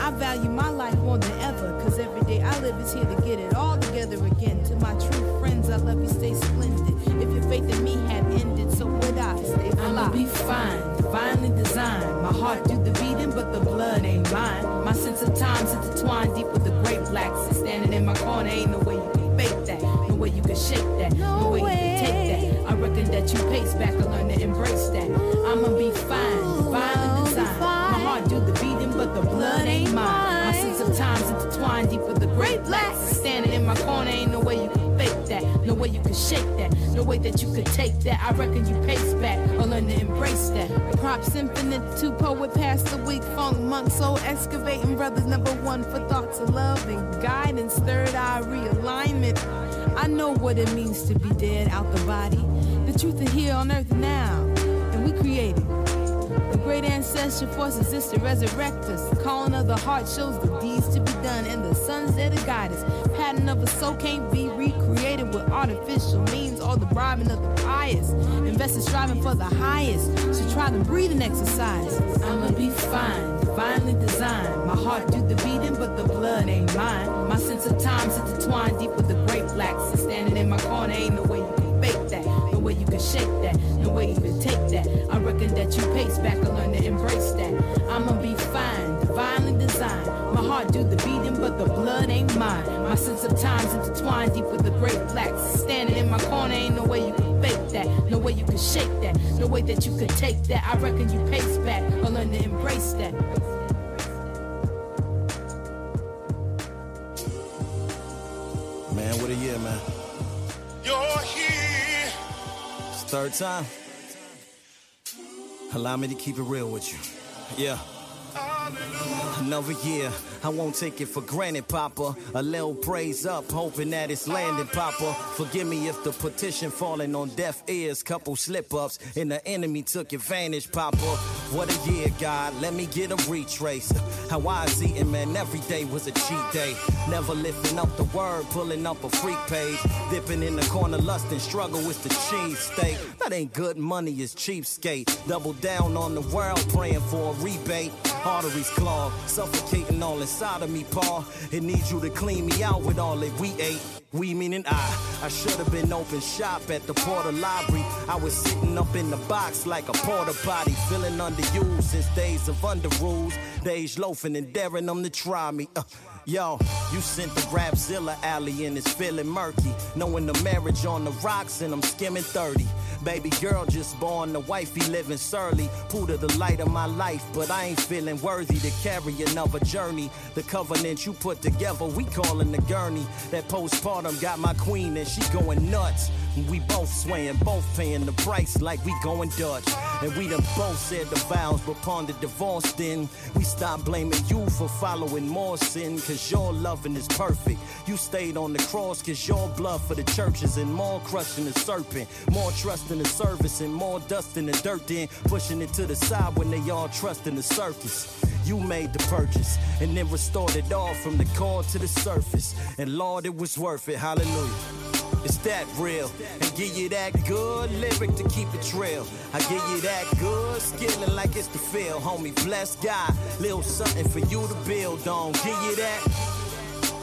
S10: I value my life more than ever, cause every day I live is here to get it all together again. To my true friends, I love you, stay splendid. If your faith in me had ended, so would I stay alive. I'ma be fine, divinely designed. My heart do the beating, but the blood ain't mine. My sense of time's intertwined deep with the great black. So standing in my corner, ain't no way you can fake that. No way you can shake that. No, way, you can take that. I reckon that you pace back and learn to embrace that. I'ma be fine, divinely designed. My heart do the beating, but the blood ain't mine. My sense of time's intertwined deep with the great black. Standing in my corner, ain't no way you can fake that. No way you can shake that. No way that you could take that. I reckon you pace back or learn to embrace that. Props infinite to poet past the week. Funk monk soul excavating brothers number one for thoughts of love and guidance. Third eye realignment. I know what it means to be dead out the body. The truth is here on earth now, and we created. The great ancestor forces us to resurrect us. The calling of the heart shows the deeds to be done, and the sun's there to guide us. Pattern of a soul can't be recreated with artificial means or the bribing of the pious. Investors striving for the highest, so try the breathing exercise. I'ma be fine, divinely designed. My heart do the beating, but the blood ain't mine. My sense of time's intertwined deep with the great blacks. And standing in my corner ain't no way you can fake that. No way you can shake that. No way you can take that. I reckon that you pace back and learn to embrace that. I'ma be fine, divinely designed. My heart do the beating, but the blood ain't mine. My sense of time's intertwined deep with the great blacks. Standing in my corner ain't no way you can fake that. No way you can shake that. No way that you could take that. I reckon you pace back or learn to embrace that.
S11: Man, what a year, man.
S12: You're here.
S11: It's third time. Allow me to keep it real with you. Yeah. Another year, I won't take it for granted, Papa. A little praise up, hoping that it's landing, Papa. Forgive me if the petition falling on deaf ears, couple slip ups, and the enemy took advantage, Papa. What a year, God, let me get a retrace. How I was eating, man, every day was a cheat day. Never lifting up the word, pulling up a freak page. Dipping in the corner, lust and struggle with the cheesesteak. That ain't good money, it's cheapskate. Double down on the world, praying for a rebate. Arteries clogged, suffocating all inside of me, Paul. It needs you to clean me out with all that we ate. We meaning I. I should have been open shop at the Porter Library. I was sitting up in the box like a porta potty, feeling underused since days of under rules. Days loafing and daring them to try me. Uh, yo, you sent the Rapzilla alley and it's feeling murky. Knowing the marriage on the rocks and I'm skimming 30. Baby girl just born, the wifey living surly. Puda the light of my life, but I ain't feeling worthy to carry another journey. The covenant you put together, we calling the gurney. That postpartum got my queen and she going nuts. We both swaying, both paying the price like we going Dutch. And we done both said the vows, but pondered divorce then. We stopped blaming you for following more sin, cause your loving is perfect. You stayed on the cross, cause your blood for the churches and more crushing the serpent. More trust in the service and more dust in the dirt then. Pushing it to the side when they all trust in the circus. You made the purchase and then restored it all from the core to the surface. And Lord, it was worth it. Hallelujah. It's that real. And give you that good lyric to keep it real. I give you that good skillin' like it's the feel, homie. Bless God. Little something for you to build on. Give you that.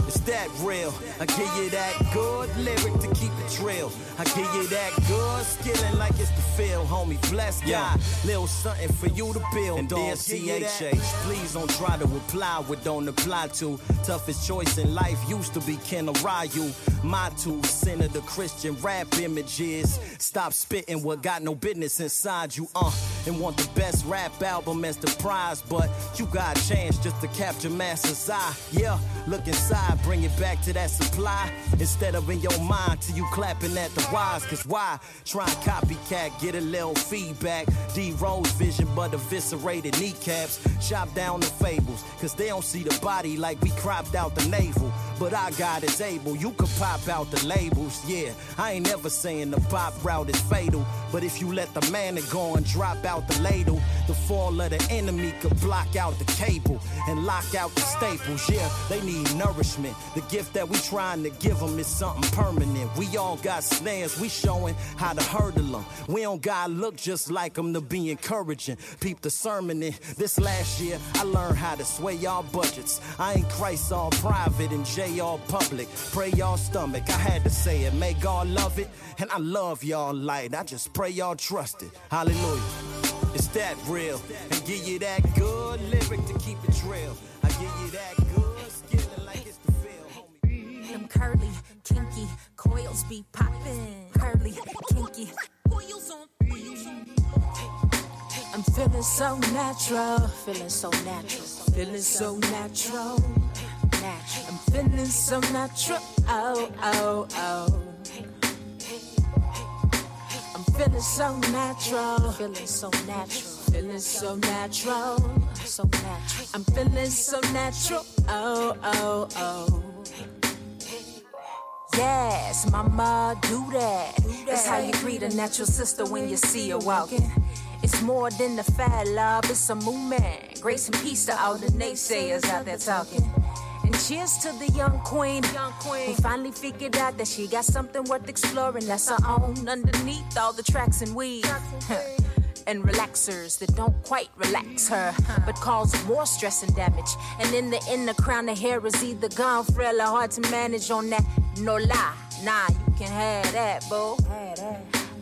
S11: It's that real. I give you that good lyric to keep it real. I give you that good skillin' like it's the feel, homie. Bless God. Little something for you to build and on. CHH, please don't try to apply what don't apply to. Toughest choice in life used to be Ken or Ryu. My two center the Christian rap images. Stop spitting what got no business inside you, uh. And want the best rap album as the prize, but you got a chance just to capture masses' eye. Yeah, look inside, bring it back to that supply. Instead of in your mind till you clapping at the wise, cause why? Try and copycat, get a little feedback. D Rose vision, but eviscerated kneecaps. Chop down the fables, cause they don't see the body like we cropped out the navel. But our God is able, you could pop out the labels, yeah. I ain't never saying the pop route is fatal, but if you let the man to go and drop out the ladle, the fall of the enemy could block out the cable and lock out the staples, yeah. They need nourishment. The gift that we trying to give them is something permanent. We all got snares, we showing how to hurdle them. We don't gotta look just like them to be encouraging. Peep the sermon in. This last year, I learned how to sway y'all budgets. I ain't Christ all private and J all public. Pray y'all stomach, I had to say it. May God love it, and I love y'all light. I just pray y'all trust it. Hallelujah. It's that real, and give you that good lyric to keep it real. I give you that good skillin' like it's the feel.
S13: Them curly, kinky coils be poppin'. Curly, kinky coils on. I'm feeling so natural, feeling so natural, feeling so natural. natural. I'm feeling so natural. Oh, oh, oh. I'm feeling so natural, feeling so natural, feeling so natural, so natural. I'm feeling so natural. Oh, oh, oh. Yes, mama, do that. That's how you greet a natural sister when you see her walking. It's more than the fad, love, it's a movement. Grace and peace to all the naysayers out there talking. And cheers to the young queen. Young queen. Who finally figured out that she got something worth exploring. That's her own underneath all the tracks and weed. and relaxers that don't quite relax her, but cause more stress and damage. And in the end, the crown of hair is either gone, frail, or hard to manage on that. No lie, nah, you can have that, boo.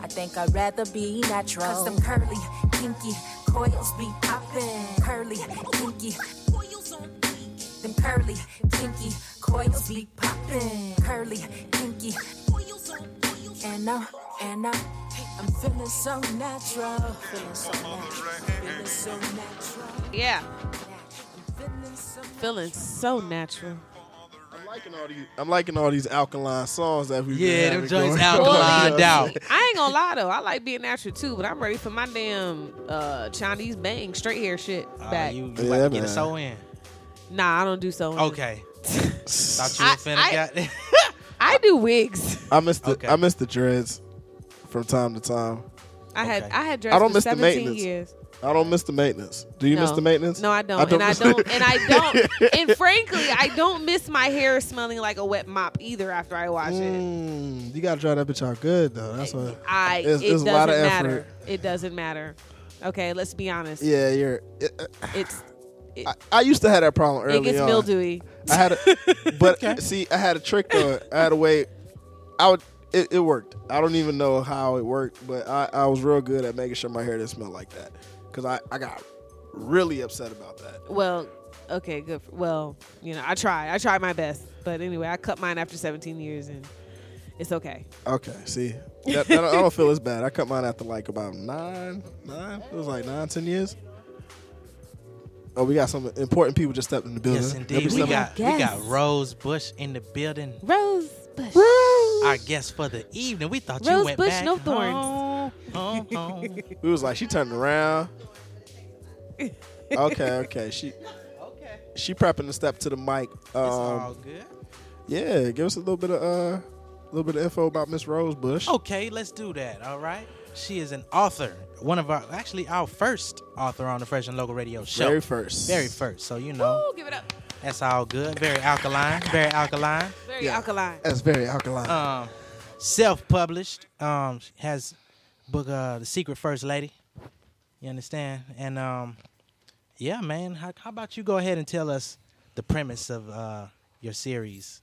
S13: I think I'd rather be natural. Cause them curly, kinky coils be poppin'. Curly, kinky coils on. Them curly, kinky coils be poppin'. Curly, kinky coils on. And I'm, and I'm, I'm feeling so natural. Feeling so natural. Feeling so natural.
S2: Yeah.
S13: Feeling so
S2: Feeling so natural.
S1: I'm liking all these alkaline songs that we
S3: Yeah, them joints
S1: alkaline
S3: alkalined out.
S2: I ain't gonna lie though, I like being natural too, but I'm ready for my damn uh, Chinese bang straight hair shit back.
S3: Ah, You, you about to get a sew in.
S2: nah, I don't do so.
S3: Okay. Thought you were finna
S2: I-
S3: got
S2: I do wigs.
S1: I miss the I miss the dreads from time to time.
S2: I had I had dressed
S1: I don't
S2: for
S1: miss the
S2: 17
S1: maintenance.
S2: years.
S1: I don't miss the maintenance. Do you miss
S2: No.
S1: the maintenance?
S2: No, I don't. and I
S1: miss-
S2: don't. And I don't. and frankly, I don't miss my hair smelling like a wet mop either after I wash it.
S1: Mm, you gotta dry that bitch out good though. That's what.
S2: I.
S1: It's-
S2: it
S1: it's
S2: doesn't
S1: a lot of effort.
S2: matter. It doesn't matter. Okay, let's be honest.
S1: Yeah, you're. It, uh,
S2: It's. It,
S1: I, I used to have that problem early
S2: it gets
S1: on.
S2: mildewy.
S1: I had, a, but see, I had a trick though. I had a way. I would. It, it worked. I don't even know how it worked, but I, I was real good at making sure my hair didn't smell like that because I, I got really upset about that.
S2: Well, okay, good. For, well, you know, I try. I try my best. But anyway, I cut mine after 17 years, and it's okay.
S1: Okay, see, that, that- I don't feel as bad. I cut mine after like about nine, nine. It was like nine, ten years. Oh, we got some important people just stepped in the building.
S3: Yes,
S1: There'll be
S3: indeed. We
S1: some-
S3: got, we got Rose Bush in the building.
S2: Rose Bush.
S3: Our guest for the evening. We thought you
S2: Rose
S3: went
S2: Bush,
S3: back
S2: no thorns.
S3: home, home, home.
S1: We was like, she turned around. okay, okay. She She prepping to step to the mic. Um,
S3: all good.
S1: Yeah, give us a little bit of uh, a little bit of info about Miss Rose Bush.
S3: Okay, let's do that. All right. She is an author. One of our, actually, our first author on the Fresh and Local Radio show.
S1: Very first.
S3: Very first. So you know,
S2: give it up.
S3: that's all good. Very alkaline. Very alkaline.
S2: Very alkaline.
S1: That's very alkaline.
S3: Um, self-published. Um, she has book uh, the Secret First Lady. You understand? And um, yeah, man. How, how about you go ahead and tell us the premise of uh, your series?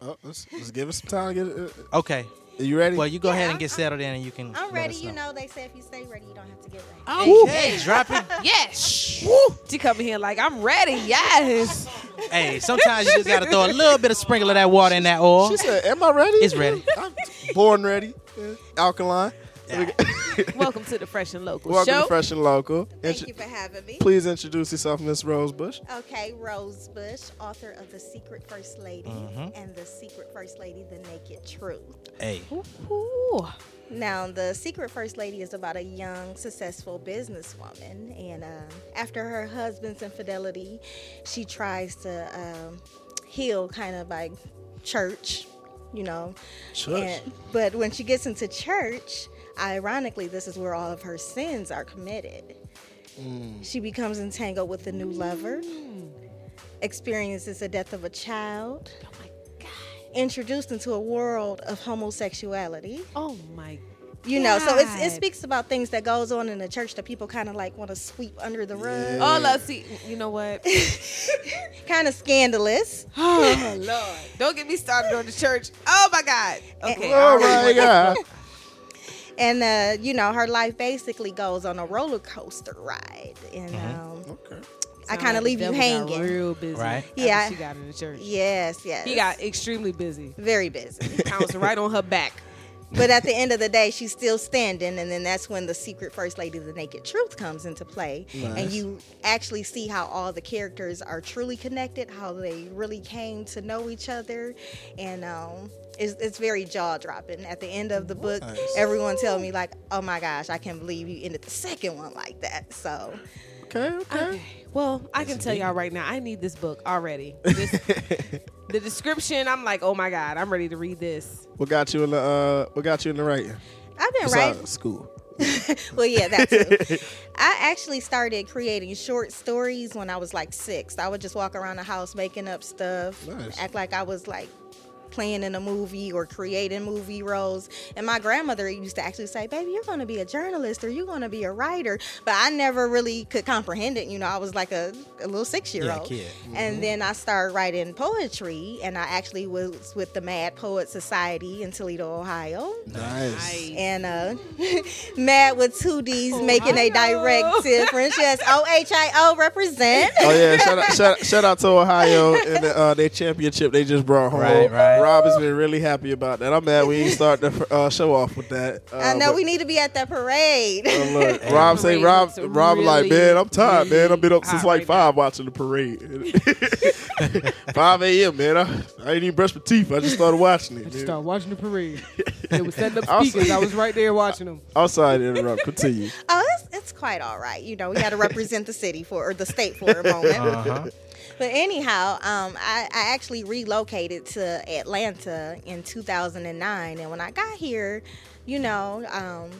S1: Oh, let's, let's give it some time. Get it. uh,
S3: Okay.
S1: Are you ready?
S3: Well, you go
S14: Yeah,
S3: ahead
S14: I'm-
S3: and get settled in, and you can.
S14: I'm
S3: let
S14: ready.
S3: us
S14: You
S3: know.
S14: know, they say if you stay ready, you don't have to get ready.
S3: Oh, Hey, yeah. drop it.
S2: Yes. She coming here like I'm ready. Yes.
S3: Hey, sometimes you just gotta throw a little bit of sprinkle of that water in that oil.
S1: She said, "Am I ready?
S3: It's ready.
S1: I'm born ready. Yeah. uh, Alkaline."
S2: Welcome to the Fresh and Local
S1: Welcome
S2: Show.
S1: to Fresh and Local.
S14: Thank
S1: Intro-
S14: you for having me.
S1: Please introduce yourself, Miss Rosebush.
S14: Okay, Rose Bush, author of The Secret First Lady
S3: Mm-hmm.
S1: Mhm.
S14: and The Secret First Lady, The Naked Truth.
S3: Hey.
S14: Now, The Secret First Lady is about a young, successful businesswoman. And um, after her husband's infidelity, she tries to um, heal kind of by church, you know.
S15: Church.
S14: And- but when she gets into church, ironically, this is where all of her sins are committed.
S16: Mm.
S14: She becomes entangled with a new lover, experiences the death of a child,
S2: Oh
S14: introduced into a world of homosexuality.
S2: Oh my
S14: You know, so it's, it
S2: God.
S14: speaks about things that goes on in the church that people kind of like want to sweep under the rug.
S2: Oh, love. See, you know what?
S14: kind of scandalous.
S2: Oh Lord! Don't get me started on the church. Oh my God. Okay.
S14: Oh,
S2: I already
S14: my
S2: went-
S14: God. and uh, you know her life basically goes on a roller coaster ride and um, i
S2: Mm-hmm. Sound
S14: kind
S2: like
S14: of
S2: the
S14: leave you
S2: devil got
S14: hanging
S2: real busy Right. after
S14: yeah
S2: she got in the church.
S14: yes yes
S2: He got extremely busy.
S14: Very busy.
S2: Pounced right on her back.
S14: but at the end of the day she's still standing and then that's when the secret first lady of the naked truth comes into play
S2: Nice.
S14: and you actually see how all the characters are truly connected how they really came to know each other and um it's, it's very jaw-dropping at the end of the book
S1: Nice.
S14: everyone tell me like oh my gosh i can't believe you ended the second one like that so
S1: okay okay,
S2: Well, I can tell y'all right now, I need this book already. This, the description, I'm like, oh my God, I'm ready to read this.
S1: What got you in the uh, What got you in the writing?
S14: I've been
S1: Besides
S14: writing-
S1: School.
S14: well, yeah, that too. I actually started creating short stories when I was like six. I would just walk around the house making up stuff,
S15: Nice.
S14: act like I was like playing in a movie or creating movie roles. And my grandmother used to actually say, Baby, you're going to be a journalist or you're going to be a writer. But I never really could comprehend it. You know, I was like a, a little six year old.
S15: Yeah, kid. Mhm.
S14: And then I started writing poetry, and I actually was with the Mad Poet Society in Toledo, Ohio
S1: Nice.
S14: and uh, Mad with two D's making a direct difference. Yes, O H I O represent.
S1: Oh yeah! Shout out, shout, shout out to Ohio and the, uh, their championship they just brought home.
S3: Right, right.
S1: Rob has been really happy about that. I'm mad we didn't start the uh, show off with that. Uh,
S14: I know
S1: but-
S14: we need to be at that parade.
S1: Uh, look, Rob say Rob Rob like man, I'm tired, man. I've been up since like five watching the parade. five a.m. man. I, I ain't even brushed my teeth. I just started watching it.
S17: I just
S1: man.
S17: started watching the parade. They were setting up
S1: I was-
S17: speakers. I was right there watching them.
S1: I'm sorry to interrupt. Continue.
S14: Oh, it's, it's quite all right. You know, we got to represent the city for or the state for a moment.
S1: Uh-huh.
S14: But anyhow, um, I, I actually relocated to Atlanta in 2009, and when I got here, you know, um,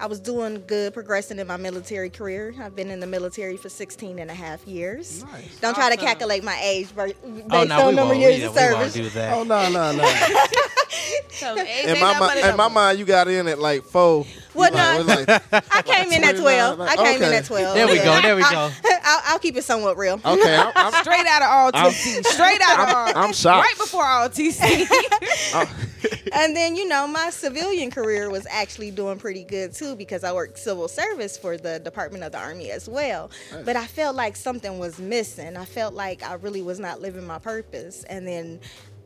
S14: I was doing good, progressing in my military career. I've been in the military for 16 and a half years. Don't try to calculate my age bur- based
S3: Oh
S14: on
S3: no,
S14: number
S3: we
S14: of
S3: won't. We,
S14: years
S3: we
S14: of
S3: won't
S14: service.
S3: do that.
S1: Oh no, no, no. In my mind, in my mind, you got in at like four.
S14: Well,
S1: You like- was like,
S14: I came in at 12. I came in
S1: okay.
S14: at 12.
S1: There we
S14: yeah.
S1: go, there we
S14: I-
S1: go.
S14: I'll, I'll keep it somewhat real.
S1: Okay, I'm-
S2: straight out of
S1: I'm-
S2: ROTC. Straight out of
S1: I'm-
S2: ROTC.
S1: I'm shocked. Oh.
S2: Right before ROTC.
S14: and then you know my civilian career was actually doing pretty good too because i worked civil service for the department of the army as well
S15: Nice.
S14: but i felt like something was missing i felt like i really was not living my purpose and then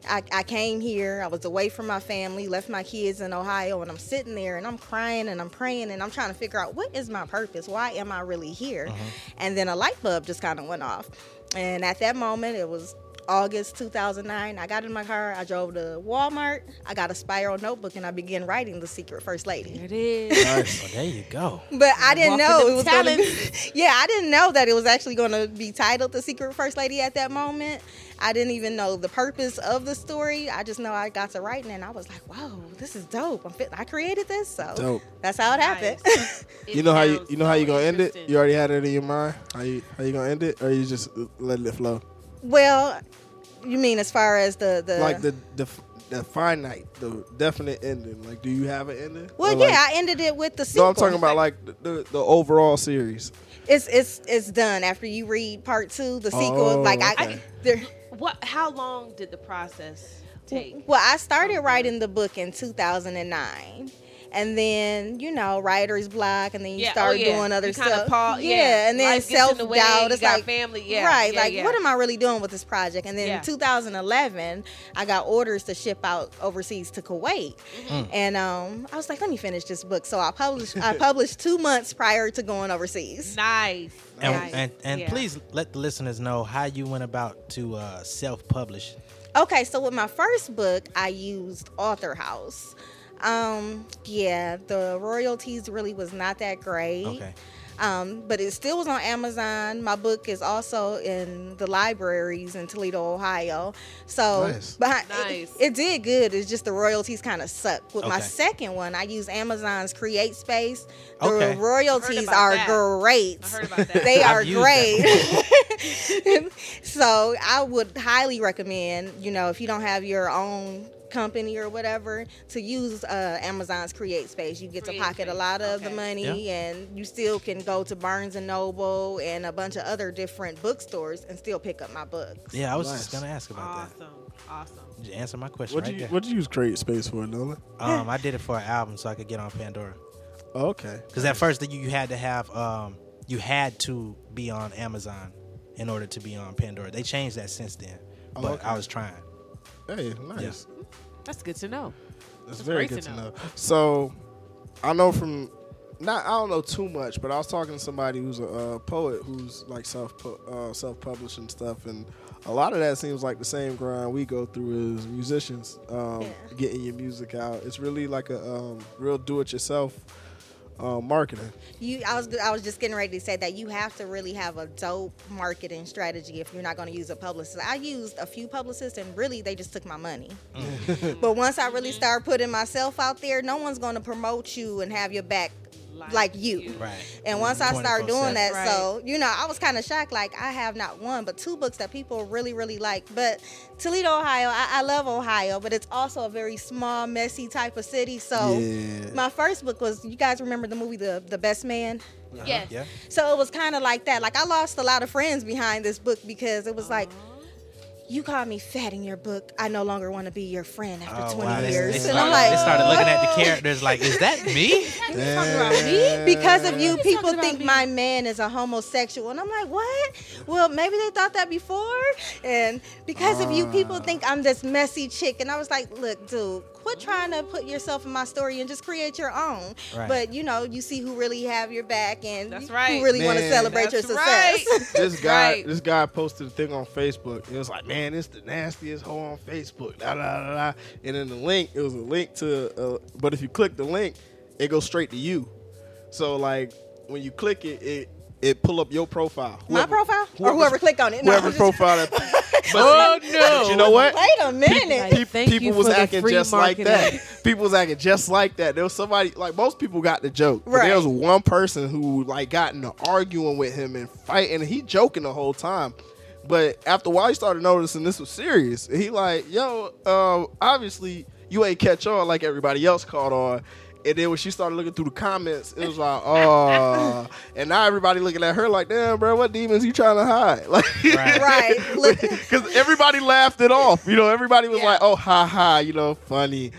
S14: I, I came here i was away from my family left my kids in ohio and i'm sitting there and i'm crying and i'm praying and i'm trying to figure out what is my purpose why am i really here and then a light bulb just kind of went off and at that moment it was August 2009, I got in my car. I drove to Walmart. I got a spiral notebook and I began writing The Secret First Lady.
S2: There it is.
S3: Nice. Well, Oh, there you go.
S14: But I didn't
S2: Walking
S14: know
S2: them
S14: it was going to be. Yeah, I didn't know that it was actually going to be titled The Secret First Lady at that moment. I didn't even know the purpose of the story. I just know I got to writing and I was like, "Whoa, this is dope! I'm fit. I created this, so
S1: Dope.
S14: that's how it happened."
S1: You know how you you know how you gonna end it? You already had it in your mind. How you how you gonna end it, or you just letting it flow?
S14: well, you mean as far as the the
S1: Like the the the finite, the definite ending. Like, do you have an ending?
S14: Well,
S1: Or,
S14: yeah,
S1: like-
S14: I ended it with the sequel.
S1: No, I'm talking about like the, the, the overall series.
S14: it's it's it's done after you read part two, the sequel.
S1: Oh,
S14: like I,
S1: okay.
S14: there,
S2: What? How long did the process take?
S14: well, I started writing the book in 2009. And then you know writer's block, and then you
S2: Yeah, oh,
S14: start
S2: yeah.
S14: doing other
S2: You kinda
S14: stuff.
S2: pause- yeah.
S14: and then
S2: Life gets in
S14: self
S2: the way,
S14: doubt.
S2: you
S14: It's
S2: got
S14: like
S2: family, yeah,
S14: right.
S2: yeah,
S14: like,
S2: yeah.
S14: what am I really doing with this project? And then
S2: Yeah.
S14: in 2011, I got orders to ship out overseas to Kuwait,
S2: Mhm. Mm.
S14: and um, I was like, let me finish this book. So I published. I published two months prior to going overseas.
S2: Nice.
S3: And
S14: Nice.
S3: and, and
S14: Yeah.
S3: please let the listeners know how you went about to uh, self-publish.
S14: Okay, so with my first book, I used Author House. Um, yeah, the royalties really was not that great.
S3: Okay.
S14: Um, but it still was on Amazon. My book is also in the libraries in Toledo, Ohio. So
S15: Nice.
S14: behind,
S2: Nice.
S14: It, it did good. It's just the royalties kind of suck. With my
S15: Okay.
S14: second one, I used Amazon's Create Space. The
S15: Okay.
S14: royalties
S15: about
S14: are
S15: that.
S14: great. They
S15: I've
S14: are
S15: used that
S14: great. so I would highly recommend, you know, if you don't have your own company or whatever, to use uh, Amazon's Create Space. You get to pocket a lot of the money,
S15: Yeah.
S14: and you still can go to Barnes and Noble and a bunch of other different bookstores and still pick up my books.
S3: Yeah, I was just gonna ask about that.
S2: Awesome. Awesome.
S3: Did you answer my question
S1: What
S3: right
S1: did you
S3: there?
S1: What did you use Create Space for, Nolan?
S3: Um, I did it for an album so I could get on Pandora.
S1: Oh, Okay.
S3: Because at first you, you had to have um, you had to be on Amazon in order to be on Pandora. They changed that since then,
S1: Oh,
S3: but
S1: okay.
S3: I was trying.
S1: Hey, nice.
S2: That's good to know.
S1: That's very good to know. So, I know from not I don't know too much, but I was talking to somebody who's a uh, poet who's like self uh, self publishing stuff, and a lot of that seems like the same grind we go through as musicians, um, getting your music out. It's really like a um, real do it yourself uh, marketing.
S14: You, I was, I was just getting ready to say that you have to really have a dope marketing strategy if you're not going to use a publicist. I used a few publicists, and really, they just took my money. But once I really start putting myself out there, no one's going to promote you and have your back like, you.
S3: Right.
S14: And once I start doing
S15: 24/7.
S14: that, so you know, I was kind of shocked. Like I have not one, but two books that people really, really like. But Toledo, Ohio, I, I love Ohio, but it's also a very small, messy type of city. So
S15: Yeah.
S14: my first book was. You guys remember the movie The The Best Man?
S15: Yes.
S3: Uh-huh. Yeah.
S14: So it was kind of like that. Like I lost a lot of friends behind this book because it was like. You called me fat in your book. I no longer want to be your friend after 20
S3: Oh, They, they
S14: years. and
S3: started,
S14: I'm like,
S3: they started looking at the characters like, is that me?
S14: because of you, people think my man is a homosexual. And I'm like, what? Well, maybe they thought that before. And because of you, people think I'm this messy chick. And I was like, look, dude, quit trying to put yourself in my story and just create your own.
S1: Right.
S14: But, you know, you see who really have your back and That's
S2: right.
S14: who really want to
S1: Man.
S14: celebrate your
S2: That's
S14: success.
S1: this guy,
S14: Right.
S1: this guy posted a thing on Facebook. It was like, man, it's the nastiest hoe on Facebook. Da, da, da, da. And then the link, it was a link to, uh, but if you click the link, it goes straight to you. So like, when you click it, it it pull up your profile.
S14: my
S1: Whoever-
S14: profile? or whoever clicked on it. No,
S1: whoever
S14: just-
S1: profile that. But,
S14: Oh,
S1: but you know what?
S14: Wait a minute.
S1: Pe- people was acting just like that. People was acting just like that. There was somebody like most people got the joke. But
S14: Right.
S1: there was one person who like got into arguing with him and fighting. and He joking the whole time. But after a while, he started noticing this was serious. And He like, yo, uh, obviously you ain't catch on like everybody else caught on. And then when she started looking through the comments, it was like, oh. and now everybody looking at her like, damn, bro, what demons you trying to hide? Like,
S14: right.
S1: because everybody laughed it off. You know, everybody was like, "Oh, ha ha," you know, funny.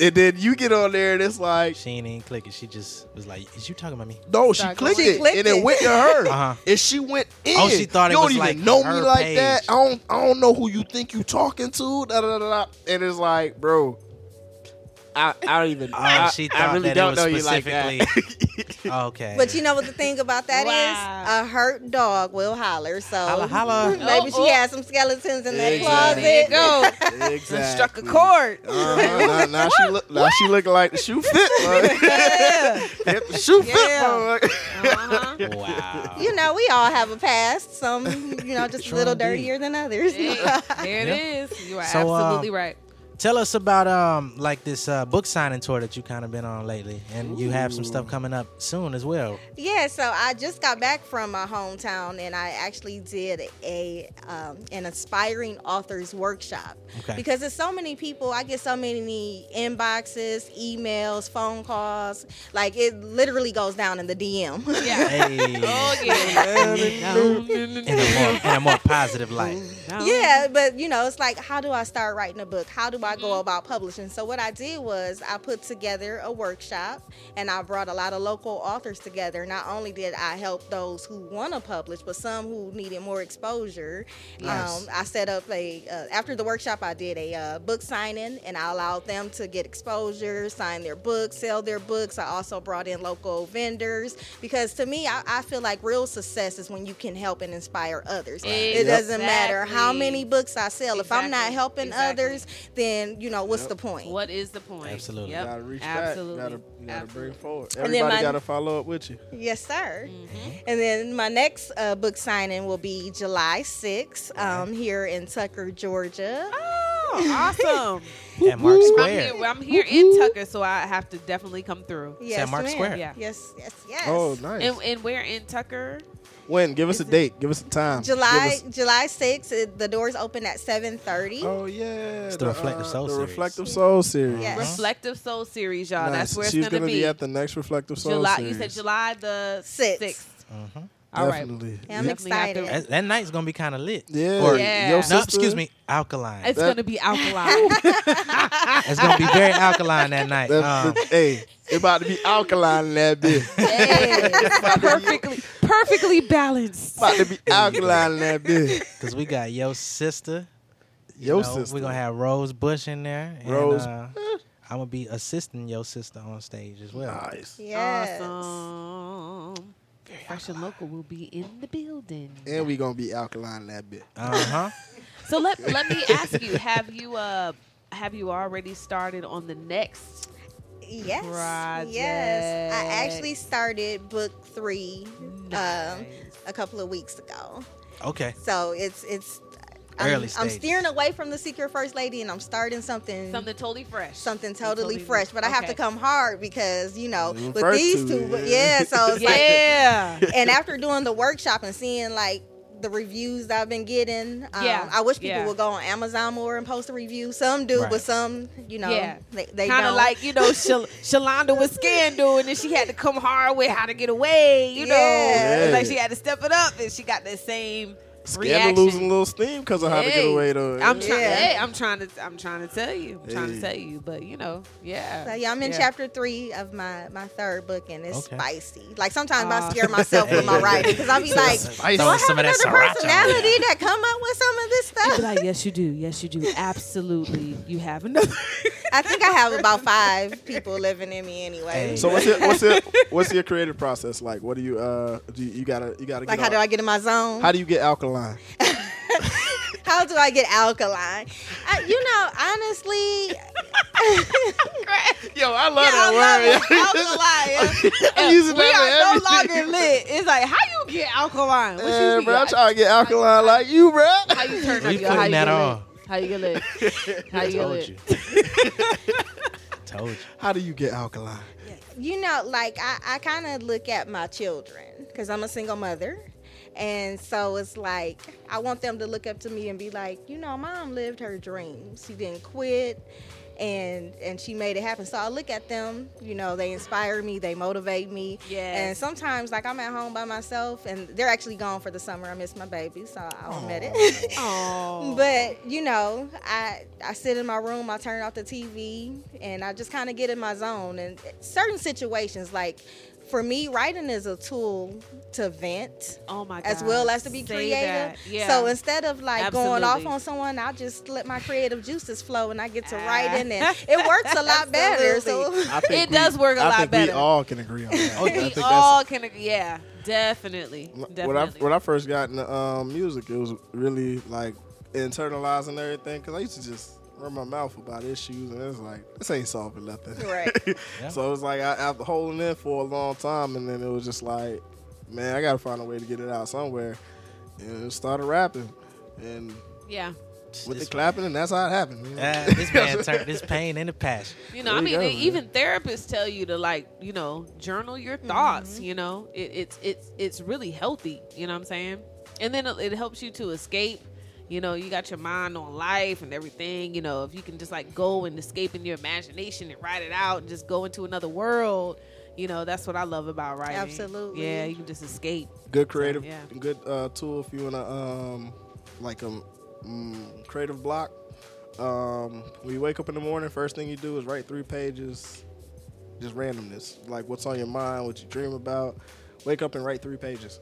S1: And then you get on there, and it's like,
S3: She ain't even clicking. She just was like, is you talking about me?
S1: no, she
S3: Start
S1: clicked,
S3: going. She
S1: it,
S3: clicked
S1: and it
S3: it.
S1: went to her,
S3: Uh-huh.
S1: and she went in.
S3: Oh, she thought it
S1: you don't
S3: was,
S1: even
S3: like,
S1: know me
S3: her
S1: like that.
S3: page.
S1: I don't, I don't know who you think you talking to. Da, da, da, da. And it's like, bro, I, I don't even.
S3: Oh,
S1: I,
S3: she
S1: I
S3: thought
S1: really
S3: that
S1: don't
S3: it
S1: know
S3: was
S1: you like that.
S3: specifically. okay.
S14: But you know what the thing about that is? A hurt dog will holler. So
S3: Holla, holla.
S14: maybe
S15: Oh,
S14: she has some skeletons in that closet.
S1: Exactly. There you go. Exactly. Struck a chord. Uh-huh. Now, now she look, now she looking like the shoe fit. Like. If the shoe fit,
S14: Yeah.
S1: motherfucker.
S3: Wow.
S14: You know, we all have a past. Some, you know, just a
S3: Sure
S14: little
S3: indeed.
S14: dirtier than others.
S2: There it is. You are
S3: So, uh,
S2: absolutely right.
S3: Tell us about um like this uh, book signing tour that you kind of been on lately, and you have some
S14: Ooh.
S3: stuff coming up soon as well.
S14: Yeah, so I just got back from my hometown, and I actually did a um, an aspiring authors workshop
S15: Okay.
S14: because there's so many people. I get so many inboxes, emails, phone calls. Like it literally goes down in the DM. Yeah.
S3: Oh
S14: yeah.
S3: in a more in a more positive light.
S14: Yeah, but you know, it's like, how do I start writing a book? How do I go about publishing? So, what I did was I put together a workshop and I brought a lot of local authors together. Not only did I help those who want to publish, but some who needed more exposure.
S15: Nice.
S14: Um, I set up a, uh, after the workshop, I did a uh, book signing and I allowed them to get exposure, sign their books, sell their books. I also brought in local vendors because to me, I, I feel like real success is when you can help and inspire others. It doesn't matter how
S2: Exactly.
S14: many books I sell. If I'm not
S2: Exactly.
S14: helping
S2: Exactly.
S14: others, then you know what's
S1: Yep.
S14: the point?
S2: What is the point?
S3: Absolutely.
S2: Yep.
S1: Gotta reach
S2: Absolutely.
S1: back. Gotta, you gotta bring it forward.
S14: And then
S1: Everybody
S14: my-
S1: gotta follow up with you.
S14: Yes, sir.
S2: Mm-hmm.
S14: And then my next uh, book signing will be July 6th um, here in Tucker, Georgia.
S2: Oh, awesome.
S3: At Mark
S2: I'm
S3: Square.
S2: here, I'm here in Tucker, so I have to definitely come through.
S14: Yes, San Mark ma'am. Square.
S2: Yeah.
S14: Yes, yes, yes.
S1: Oh, nice.
S2: And, and we're in Tucker.
S1: When? Give us a date. Give us a time. Give
S14: July
S1: us-
S14: July 6th, it- the doors open at 7.30.
S1: Oh, yeah. uh,
S3: It's the Reflective Soul
S1: the
S3: series.
S1: Reflective Soul series.
S14: Yes.
S2: Reflective Soul Series, y'all.
S1: Nice.
S2: That's where it's
S1: She's
S2: gonna,
S1: gonna
S2: be.
S1: at the next Reflective Soul
S2: July.
S1: series.
S2: You said July the sixth. All right.
S1: Definitely.
S2: I'm Definitely got excited. to-
S3: Mm-hmm. That, that night's gonna be kind of lit.
S1: Yeah.
S3: Or,
S2: Yeah.
S3: No,
S2: Your sister-
S3: excuse me, alkaline.
S2: It's
S3: That-
S2: gonna be alkaline.
S3: it's gonna be very alkaline that night. Um,
S1: hey, it about to be alkaline in that bitch.
S2: perfectly, perfectly balanced.
S1: About to be alkaline in that bitch.
S3: Cause we got yo sister. you
S1: Yo
S3: know,
S1: Sister.
S3: We gonna have Rose Bush in there. and,
S1: Rose-
S3: uh, I'm gonna be assisting yo sister on stage as well.
S1: Nice.
S14: Yes.
S2: Awesome. Fresh and local will be in the building.
S1: And we gonna be alkaline in that bitch.
S3: Uh huh.
S2: So let let me ask you: Have you uh have you already started on the next?
S14: Yes. Yes.
S2: Project.
S14: I actually started book three um, a couple of weeks ago.
S3: Okay.
S14: So it's it's I'm,
S3: Early
S14: I'm
S3: stages.
S14: steering away from the secret first lady and I'm starting something
S2: something totally fresh.
S14: Something totally,
S2: totally
S14: fresh, but I have
S2: okay.
S14: to come hard because you know
S2: Mm,
S14: with
S2: first
S14: these
S2: two,
S14: two, yeah.
S2: yeah.
S14: so it's like-
S2: Yeah.
S14: and after doing the workshop and seeing like the reviews that I've been getting, um,
S2: Yeah,
S14: I wish people
S2: yeah.
S14: would go on Amazon more and post a review. Some do,
S2: Right.
S14: but some, you know,
S2: Yeah.
S14: they, they
S2: kind of
S14: don't.
S2: like you know Shal- Shalonda was scandal, and then she had to come hard with how to get away. You know,
S1: Yeah.
S2: It's like she had to step it up, and she got the same
S1: Scandal
S2: reaction.
S1: losing a little steam because of how to get
S2: Hey,
S1: away though.
S2: I'm
S1: Yeah.
S2: trying. Hey, I'm trying to. I'm trying to tell you. I'm trying to
S1: Hey.
S2: tell you. But you know, yeah.
S14: So yeah, I'm in
S2: Yeah.
S14: chapter three of my my third book, and it's
S2: Okay.
S14: spicy. Like sometimes I
S2: Aw.
S14: scare myself with my writing because I'll be
S2: Uh, So
S14: like,
S2: spicy.
S14: do I
S2: Throwing
S14: have
S2: some of
S14: another
S2: that sriracha on
S14: personality that come up with some of this
S2: You'd
S14: stuff?
S2: be like, yes, you do. Yes, you do. Absolutely, you have another.
S14: I think I have about five people living in me anyway.
S1: So what's your what's your what's your creative process like? What do you uh do you, you gotta you gotta
S14: like?
S1: get
S14: How do
S1: al-
S14: I get in my zone?
S1: how do you get alkaline?
S14: How do I get alkaline? I, you know, honestly,
S1: yo, I
S14: love that
S2: word.
S1: I'm using
S2: we
S1: that
S2: are
S1: for
S2: no longer
S1: everything.
S2: lit. It's like how you get alkaline? What
S1: Yeah,
S2: you
S1: bro, I'm
S2: mean?
S1: trying to get alkaline like you, bro.
S2: How you turn up?
S3: We
S2: yo? How
S3: putting
S2: you
S3: that
S2: get lit?
S3: on.
S2: How you get lit? How you get lit?
S3: Told you.
S1: How do you get alkaline?
S14: you know, like I, I kind of look at my children because I'm a single mother. And so it's like, I want them to look up to me and be like, you know, mom lived her dreams. She didn't quit and and she made it happen. So I look at them, you know, they inspire me, they motivate me.
S2: Yes.
S14: And sometimes, like, I'm at home by myself and they're actually gone for the summer. I miss my baby, so I'll admit it.
S2: Aw.
S14: But you know, I I sit in my room, I turn off the TV, and I just kind of get in my zone. And certain situations, like for me, writing is a tool to vent.
S2: Oh my
S14: As
S2: God.
S14: well as to be
S2: Say that.
S14: creative.
S2: Yeah.
S14: So instead of like going off
S2: Absolutely. Ah.
S14: on someone, I just let my creative juices flow, and I get to writing, and it works a lot better. So
S1: I think
S2: It does work a
S1: I
S2: lot
S1: think
S2: better.
S1: We all can agree on that. I
S2: we
S1: think that's-
S2: all can agree. Yeah, definitely.
S1: when I
S2: Definitely.
S1: when I first got into um, music, it was really like internalizing everything because I used to just run my mouth about issues, and it's like this ain't solving nothing.
S14: Right.
S3: Yeah.
S1: So it was like I, I've been holding in for a long time, and then it was just like, man, I gotta find a way to get it out somewhere, and started rapping, and
S2: Yeah.
S1: With the clapping, and that's how it happened.
S3: Uh, this man turned this pain into passion.
S2: You know, I mean, they- even therapists tell you to like, you know, journal your thoughts. You know, it, it's it's it's really healthy. You know what I'm saying? And then it, it helps you to escape. You know, you got your mind on life and everything. You know, if you can just like go and escape in your imagination and write it out and just go into another world. You know, that's what I love about writing.
S14: Absolutely.
S2: Yeah, you can just escape.
S1: good creative,
S2: So, yeah.
S1: good uh, tool if you want to um, like a mm, creative block. Um, when you wake up in the morning, first thing you do is write three pages, just randomness, like what's on your mind, what you dream about. Wake up and write three pages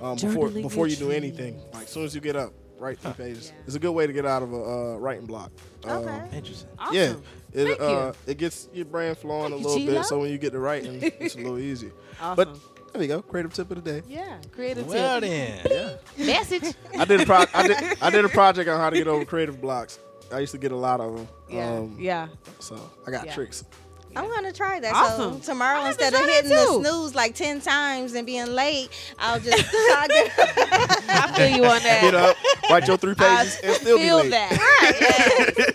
S1: um, before
S5: Journaling your
S1: before you do
S5: dreams.
S1: anything. Like as soon as you get up, write three pages. It's a good way to get out of a uh, writing block. Okay.
S3: Interesting.
S1: Yeah,
S3: Awesome.
S1: it
S3: Thank
S1: uh, it gets your brain flowing
S2: Thank
S1: a
S2: you,
S1: little
S2: G-Lo.
S1: bit, so when you get to writing, it's a little easier. But
S2: Awesome.
S1: there we go, creative tip of the day.
S2: Yeah, creative.
S1: Well
S2: tip.
S1: then.
S2: message.
S1: I did a pro- I did I did a project on how to get over creative blocks. I used to get a lot of them.
S14: Yeah, yeah.
S1: So I got
S14: Yeah.
S1: tricks.
S14: I'm gonna try that.
S2: Awesome.
S14: So tomorrow, instead of
S2: try that
S14: hitting the
S2: too.
S14: snooze like ten times and being late, I'll just I'll get
S2: I feel you on that.
S1: Get up, write your three pages, and still
S2: feel
S1: be late.
S2: that. Right.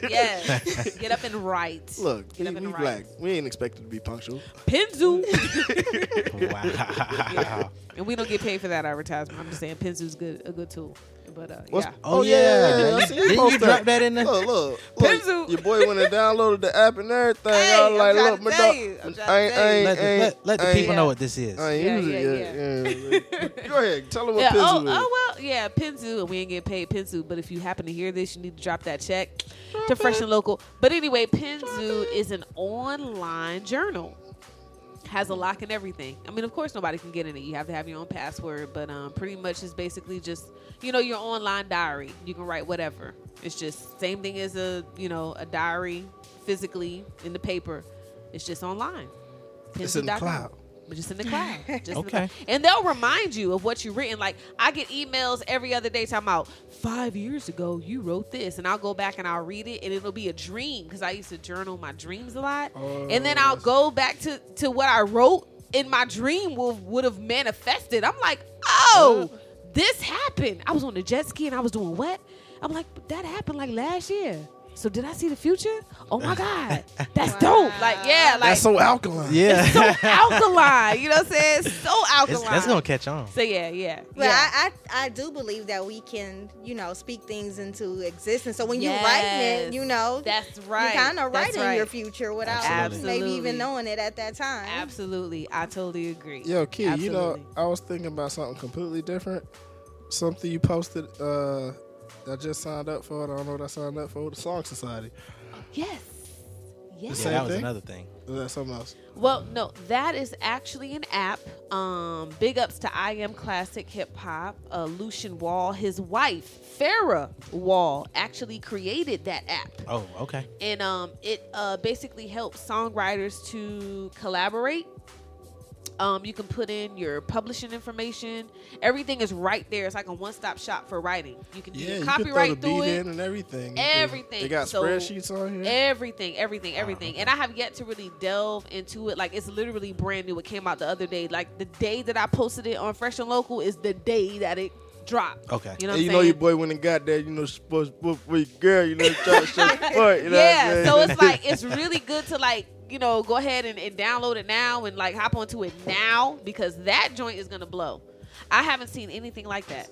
S2: Yes. yes. Get up and write.
S1: Look,
S2: Get
S1: we,
S2: up and
S1: we
S2: write.
S1: black. We ain't expected to be punctual.
S2: Pinzu.
S3: wow.
S2: And we don't get paid for that advertisement. I'm just saying Pinzu's good a good tool. But uh,
S1: What's-
S2: yeah.
S3: Oh, yeah.
S1: yeah,
S3: You-
S1: I see
S3: didn't you
S1: post
S3: drop that in there?
S1: Look, look, look. Your boy went and downloaded the app and everything. I was like, look, my
S2: tell
S1: dog.
S2: you. I'm trying to
S1: I ain't, I ain't,
S3: Let the-
S1: I ain't-
S3: let- let the
S1: I ain't-
S3: people know what this is.
S1: I ain't
S3: Yeah,
S1: use it yet. Yeah. Go ahead, tell them what
S2: yeah,
S1: Pinzu
S2: oh,
S1: is.
S2: oh well, yeah, Pinzu, and we ain't getting paid Pinzu. But if you happen to hear this, you need to drop that check to Fresh and Local. But anyway, Pinzu is an online journal. Has a lock and everything. I mean, of course, nobody can get in it. You have to have your own password, but um, pretty much it's basically just you know your online diary. You can write whatever. It's just same thing as a you know a diary physically in the paper. It's just online.
S1: It's in the
S2: Pinzu.com.
S1: cloud.
S2: But just in the cloud. Just in the
S1: Okay.
S2: cloud. And they'll remind you of what you've written. Like I get emails every other day talking about five years ago you wrote this, and I'll go back and I'll read it, and it'll be a dream because I used to journal my dreams a lot, and then I'll go back to to what I wrote in my dream will would have manifested. I'm like, oh, this happened. I was on the jet ski and I was doing what? I'm like, but that happened like last year. So did I see the future? Oh my god, that's dope! Like yeah, like
S1: That's so alkaline.
S3: Yeah.
S2: it's so alkaline. You know what I'm saying? So alkaline.
S3: It's- that's gonna catch on.
S2: So yeah, yeah.
S14: Well,
S2: yeah.
S14: I, I I do believe that we can, you know, speak things into existence. So when
S2: Yes.
S14: you writing it, you know,
S2: That's right.
S14: You kind of
S2: That's
S14: writing your
S2: right.
S14: future without
S2: Absolutely.
S14: maybe even knowing it at that time.
S2: Absolutely, I totally agree.
S1: Yo, Key, you know,
S2: Absolutely.
S1: I was thinking about something completely different. Something you posted uh I just signed up for. it. I don't know what I signed up for. The Song Society.
S2: Yes. Yes.
S3: Yeah, that was another thing.
S1: Or that's something else.
S2: Well, no, that is actually an app. Um, big ups to I Am Classic Hip Hop. Uh, Lucian Wall, his wife Farah Wall, actually created that app.
S3: Oh, okay.
S2: and um, it uh, basically helps songwriters to collaborate. Um, you can put in your publishing information. Everything is right there. It's like a one-stop shop for writing. You can do
S1: Yeah,
S2: your
S1: you could
S2: copyright
S1: throw the
S2: through
S1: beat
S2: it.
S1: in and everything. You could-
S2: Everything.
S1: They got
S2: So,
S1: spreadsheets on here.
S2: Everything,
S1: Ah,
S2: everything, everything. And I have yet to really delve into it. Like it's literally brand new. It came out the other day. Like the day that I posted it on Fresh and Local is the day that it dropped.
S1: Okay.
S2: You know what
S1: and you
S2: I'm
S1: know
S2: saying?
S1: your boy when he got there, you know, supposed to for your girl, you know, trying to show support, you know what
S2: yeah
S1: I'm
S2: so
S1: saying?
S2: it's like it's really good to like you know go ahead and, and download it now and like hop onto it now because that joint is gonna blow i haven't seen anything like that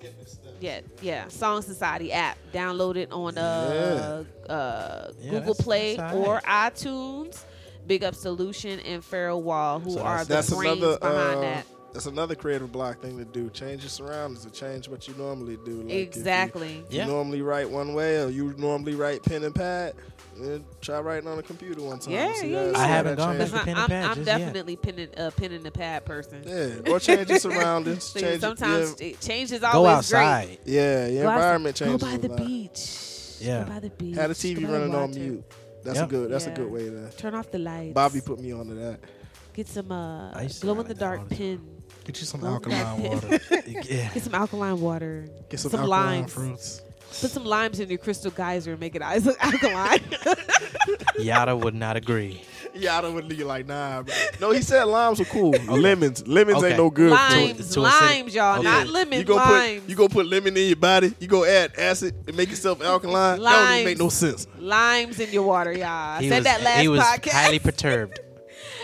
S2: yet yeah song society app download it on uh, uh,
S1: Yeah,
S2: google
S1: that's-
S2: play
S1: that's all
S2: or itunes big up solution and Farrell wall who
S1: So
S2: are the brains behind
S1: uh,
S2: that
S1: That's another creative block thing to do. Change your surroundings or change what you normally do. Like if you-
S2: Exactly.
S1: You,
S2: Yeah.
S1: normally write one way or you normally write pen and pad. Then try writing on a computer one time.
S2: yeah,
S1: See
S2: yeah,
S1: how-
S2: yeah.
S1: see how that changes.
S2: I'm, I'm, I'm definitely pinning, uh, pinning the pad person.
S1: Yeah, or change your surroundings,
S2: See,
S1: change-
S2: sometimes
S1: yeah.
S2: it changes alges always great.
S1: Yeah, your
S2: Go outside.
S1: environment
S2: Go
S1: changes.
S2: by the
S1: a lot.
S2: beach.
S3: Yeah.
S2: Go by the beach.
S1: Had a TV
S2: Go by the
S1: running on
S2: water.
S1: mute. That's
S3: Yeah.
S1: a good. That's
S2: Yeah.
S1: a good way to
S2: Turn off the lights.
S1: Bobby put me onto that.
S2: Get some uh,
S1: I used to
S2: glow in the dark pin.
S1: Get you some
S2: Glow in the dark
S1: alkaline
S2: pin.
S1: water. Yeah.
S2: Get some alkaline water.
S1: Get some alkaline fruits.
S2: Put some limes in your crystal geyser and make it eyes look alkaline.
S3: Yada would not agree.
S1: yeah, I don't want to be like, nah, bro. No, he said limes are cool. Lemons. Lemons
S3: Okay.
S1: ain't no good.
S2: Limes, To- to acidic. limes, y'all, not lemons,
S1: You go
S2: limes.
S1: put you go put lemon in your body. You go add acid and make yourself alkaline. That don't even make no
S2: Limes.
S1: sense.
S2: Limes in your water, y'all. I
S3: He
S2: said
S3: was,
S2: that last
S3: he was
S2: podcast
S3: highly perturbed.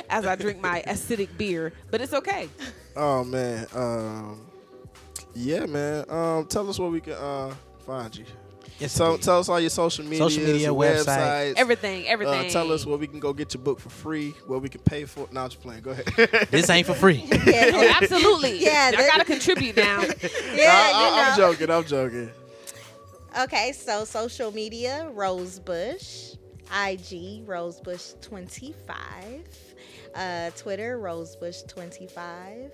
S2: as I drink my acidic beer, but it's okay.
S1: Oh man. Um, yeah, man. Um, tell us where we can uh, find you.
S3: Yes,
S1: so tell us all your social media,
S3: Social media, website.
S1: websites,
S2: Everything, everything.
S1: Uh, tell us where we can go get your book for free, where we can pay for it. Now I'm just playing. Go ahead.
S3: This ain't for free.
S2: Oh, absolutely.
S14: Yeah,
S2: Yeah, I
S14: that-
S2: gotta contribute now.
S1: No,
S14: Yeah, you
S1: I,
S14: know.
S1: am joking. I'm joking.
S14: Okay, so social media Rosebush, IG Rosebush25, uh, Twitter Rosebush25.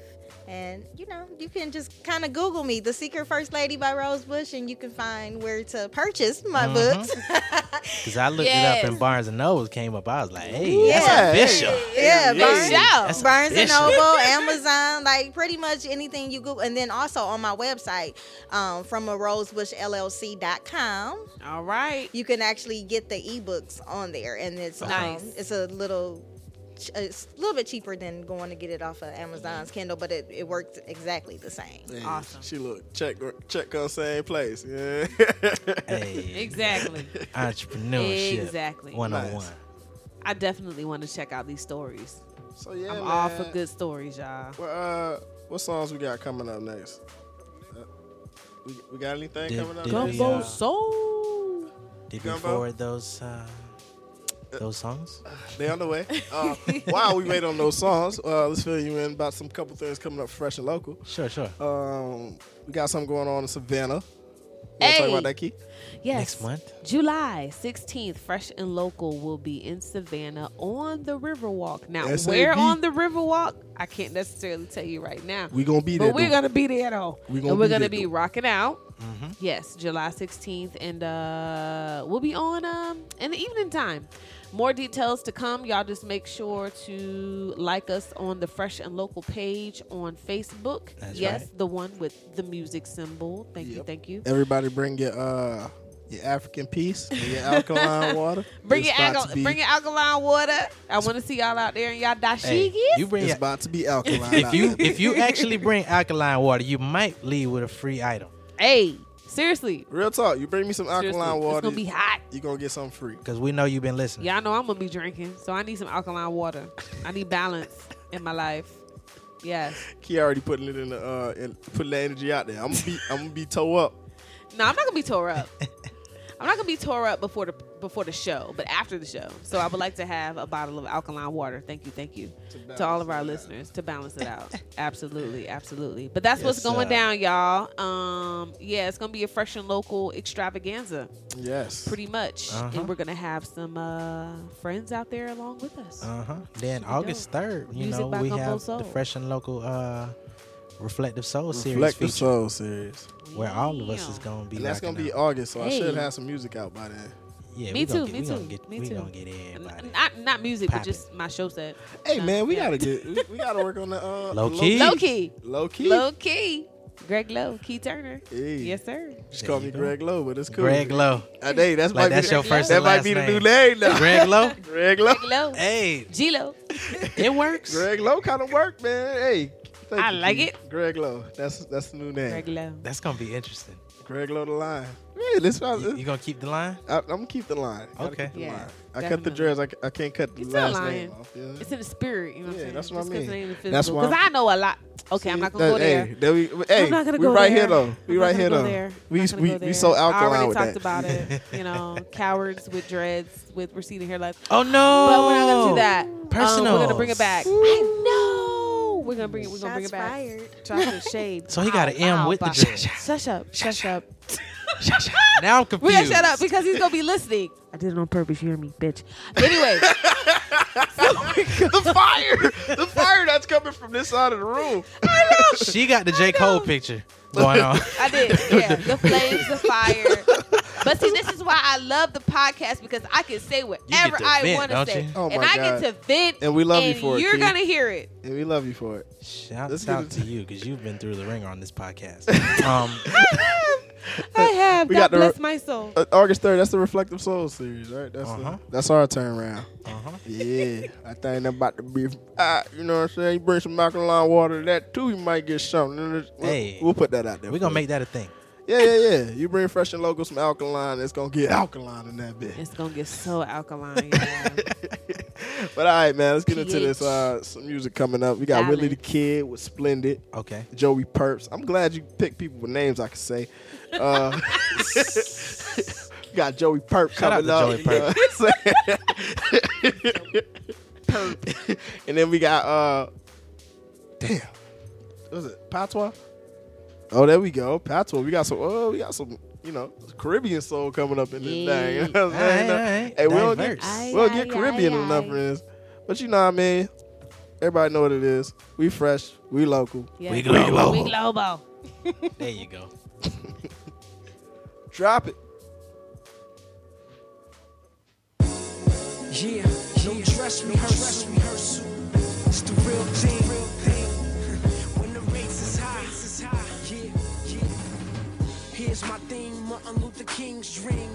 S14: And you know, you can just kind of Google me, "The Secret First Lady" by Rosebush, and you can find where to purchase my
S3: Mhm.
S14: books.
S3: Because I looked it
S14: Yes.
S3: up and Barnes and Noble came up. I was like, hey,
S14: Yeah.
S3: that's official.
S14: Yeah, Barnes,
S3: That's
S14: Barnes and
S3: official.
S14: Noble, Amazon, like pretty much anything you Google. And then also on my website, um, from a rosebushllc.com.
S2: All right.
S14: You can actually get the ebooks on there, and it's um,
S2: Nice.
S14: it's a little. ch- uh, It's a little bit cheaper than going to get it off of Amazon's Kindle, but it, it works exactly the same.
S1: Man, She look check check on same place. Yeah.
S2: Exactly.
S3: Entrepreneurship.
S2: Exactly.
S3: 101.
S2: I definitely want to check out these stories.
S1: So yeah,
S2: I'm all for
S1: man.
S2: good stories, y'all.
S1: Well, uh, what songs we got coming up next? Uh, we, we got anything
S3: Did-
S1: coming up?
S3: did
S1: next?
S3: we, uh, Gumbo
S2: Soul.
S3: Did we
S1: Gumbo?
S3: forward those uh, those songs?
S1: They on the way. Uh, while we wait on those songs, uh, let's fill you in about some couple things coming up fresh and local.
S3: Sure, sure.
S1: Um, we got something going on in Savannah. You wanna Talk
S2: Hey.
S1: about that, Key?
S2: Yes.
S3: Next month.
S2: July 16th, Fresh and Local will be in Savannah on the Riverwalk. Now,
S1: SAB.
S2: where on the Riverwalk? I can't necessarily tell you right now.
S1: We gonna be
S2: but
S1: there,
S2: We're
S1: though.
S2: going to be there, though.
S1: We gonna
S2: and we're
S1: be
S2: going to
S1: there,
S2: be
S1: though. Mm-hmm.
S2: rocking out. Yes, July 16th. And uh, we'll be on um, in the evening time. More details to come. Y'all just make sure to like us on the Fresh and Local page on Facebook.
S1: That's
S2: yes,
S1: right.
S2: the one with the music symbol. Thank you. Thank you.
S1: Everybody, bring your uh, your African piece, and your alkaline water.
S2: Bring
S1: It's
S2: your,
S1: about to
S2: alka-
S1: be-
S2: bring your alkaline water. I want to see y'all out there in y'all dashigis.
S3: you bring
S1: It's
S3: your-
S1: about to be alkaline.
S3: if
S1: out
S3: you
S1: there.
S3: if you actually bring alkaline water, you might leave with a free item.
S2: hey, seriously.
S1: Real talk, you bring me some alkaline
S2: Seriously, it's
S1: water.
S2: gonna be hot.
S1: You're gonna get something free.
S3: Because we know you've been listening.
S2: Y'all know I'm gonna be drinking, so I need some alkaline water. I need balance in my life. Yes.
S1: Key already putting it in the uh, in, putting the energy out there. I'm gonna be I'm gonna be toe up.
S2: No, I'm not gonna be tore up. I'm not gonna be tore up before the before the show, but after the show. So I would like to have a bottle of alkaline water. Thank you, thank you to, all of our listeners to balance it out. absolutely, absolutely. But that's what's
S1: Yes, uh,
S2: going
S1: sir.
S2: down, y'all. Um, yeah, it's gonna be a fresh and local extravaganza.
S1: Yes.
S2: pretty much.
S3: Uh-huh.
S2: And we're gonna have some uh, friends out there along with us.
S3: Uh huh. Then
S2: Should be
S3: August
S2: dope.
S3: third, you
S2: Music
S3: know,
S2: by
S3: we
S2: Gumbo
S3: have
S2: Soul.
S3: the fresh and local uh, reflective soul series,
S1: Reflective
S3: feature,
S1: Soul series.
S3: where all of us is gonna be.
S1: And that's gonna
S3: rocking
S1: be
S3: out.
S1: August, so I should
S2: Hey.
S1: have some music out by then.
S3: Yeah,
S2: me
S3: we
S2: too,
S3: gonna get-
S2: me
S3: we
S2: too,
S3: gonna get-
S2: me
S3: we
S2: too.
S3: gonna get everybody.
S2: Not not music, but
S3: Poppin'.
S2: just my show set.
S1: Hey
S2: No,
S1: man, we
S2: yeah.
S1: gotta get we, we gotta work on the uh,
S3: Low key.
S2: Low key.
S1: Low key.
S2: Low key. Greg Lowe, Key Turner.
S1: Hey.
S2: Yes, sir.
S1: Just call me Greg Lowe, but it's cool.
S3: Greg Lowe.
S1: Uh, hey, that's
S3: Like,
S1: might
S3: that's
S1: be the-
S3: your first
S1: That
S3: and
S1: might
S3: last
S1: be the new name
S3: name.
S1: now.
S3: Greg Lowe?
S1: Greg Lowe.
S2: Greg Lowe.
S3: Hey,
S2: G Lo.
S3: it works.
S1: Greg Lowe kind of work, man. Hey. thank
S2: I
S1: you,
S2: like
S1: Keith.
S2: it.
S1: Greg Lowe. That's that's the new name.
S2: Greg Lowe.
S3: That's gonna be interesting.
S1: Greg Lowe the line. Hey, let's try.
S3: You, you gonna keep the line?
S1: I, I'm gonna keep the line. Gotta
S3: Okay.
S1: keep the
S2: Yeah,
S1: line. I cut the
S2: definitely.
S1: dreads. I, c- I can't cut the
S2: It's not
S1: last
S2: lying.
S1: name off. Yeah.
S2: It's in the spirit. You know what I'm
S1: Yeah,
S2: saying?
S1: that's what I
S2: Just 'cause
S1: mean.
S2: it ain't the
S1: That's
S2: physical.
S1: why
S2: Because
S1: I'm-
S2: I know a lot. Okay, I'm not
S1: That-
S2: gonna go there.
S1: Hey, there we, hey,
S2: I'm not gonna
S1: we
S2: go
S1: right
S2: there.
S1: here though. We
S2: I'm not
S1: right
S2: gonna
S1: here
S2: go
S1: though.
S2: there. I'm
S1: We
S2: not gonna
S1: we,
S2: go
S1: we
S2: there.
S1: so
S2: I
S1: alkaline
S2: already
S1: with
S2: talked
S1: that.
S2: about it. You know, cowards with dreads, with receding hair lines.
S3: Oh no!
S2: But we're not gonna do that. Um,
S3: Personal.
S2: we're gonna bring it back. I know. We're gonna bring it. We're gonna bring it back. Chocolate shade.
S3: So he got an M with the
S2: bop.
S3: dread.
S2: Shush up. Shush up.
S3: Now I'm
S2: We're
S3: confused.
S2: gonna shut up because he's gonna be listening. I did it on purpose. You hear me, bitch. Anyway,
S1: the fire, the fire that's coming from this side of the room.
S3: She got the J Cole picture going on.
S2: I did. Yeah, the flames, the fire. But see, this is why I love the podcast because I can say whatever
S3: to
S2: I
S3: vent,
S2: want
S3: don't
S2: to say,
S3: you? Oh
S2: and
S1: my
S2: I
S1: God.
S2: get to vent.
S1: And we love you
S2: and
S1: for it,
S2: You're
S1: Keith.
S2: gonna hear it.
S1: And we love you for it.
S3: Shout
S1: Let's get
S3: out
S1: it.
S3: to you because you've been through the ringer on this podcast. Um,
S2: I have. have.
S1: We
S2: God
S1: got the re-
S2: bless my soul.
S1: Uh, August third. That's the Reflective Soul series, right? That's the-
S2: Uh-huh.
S1: that's our turnaround.
S3: Uh-huh.
S1: Yeah, I think that about to be. Uh, you know what I'm saying? You bring some alkaline water to that too, you might get something. We'll,
S3: Hey.
S1: we'll put that out there.
S3: We're
S1: for
S3: gonna
S1: you.
S3: make that a thing.
S1: Yeah, yeah, yeah. You bring fresh and local some alkaline. It's gonna get alkaline in that bit.
S2: It's gonna get so alkaline. y'all.
S1: But all right, man, let's get into this.
S2: pH.
S1: Uh, some music coming up. We got Willie the Kid with Splendid.
S3: Okay.
S1: Joey Perps. I'm glad you picked people with names I can say. Uh, we got Joey Perp
S3: Shout out
S1: coming
S3: to
S1: up.
S3: Joey Perp.
S1: Perp. and then we got uh, damn, what was it Patois? Oh, there we go, Patois. We got some. Oh, we got some. You know, Caribbean soul coming up in this thing. You know what I'm saying?
S3: All right, all right.
S1: Hey, we don't get,
S3: Diverse. Aye,
S1: we don't get Caribbean enough for this. But you know what I mean? Everybody know what it is. We fresh. We local.
S2: Yeah.
S1: global.
S2: We global.
S3: There you go.
S1: Drop it.
S15: Yeah, don't trust me, trust me, It's the real thing. when the rates is high, yeah, yeah. Here's my thing, Martin Luther King's dream.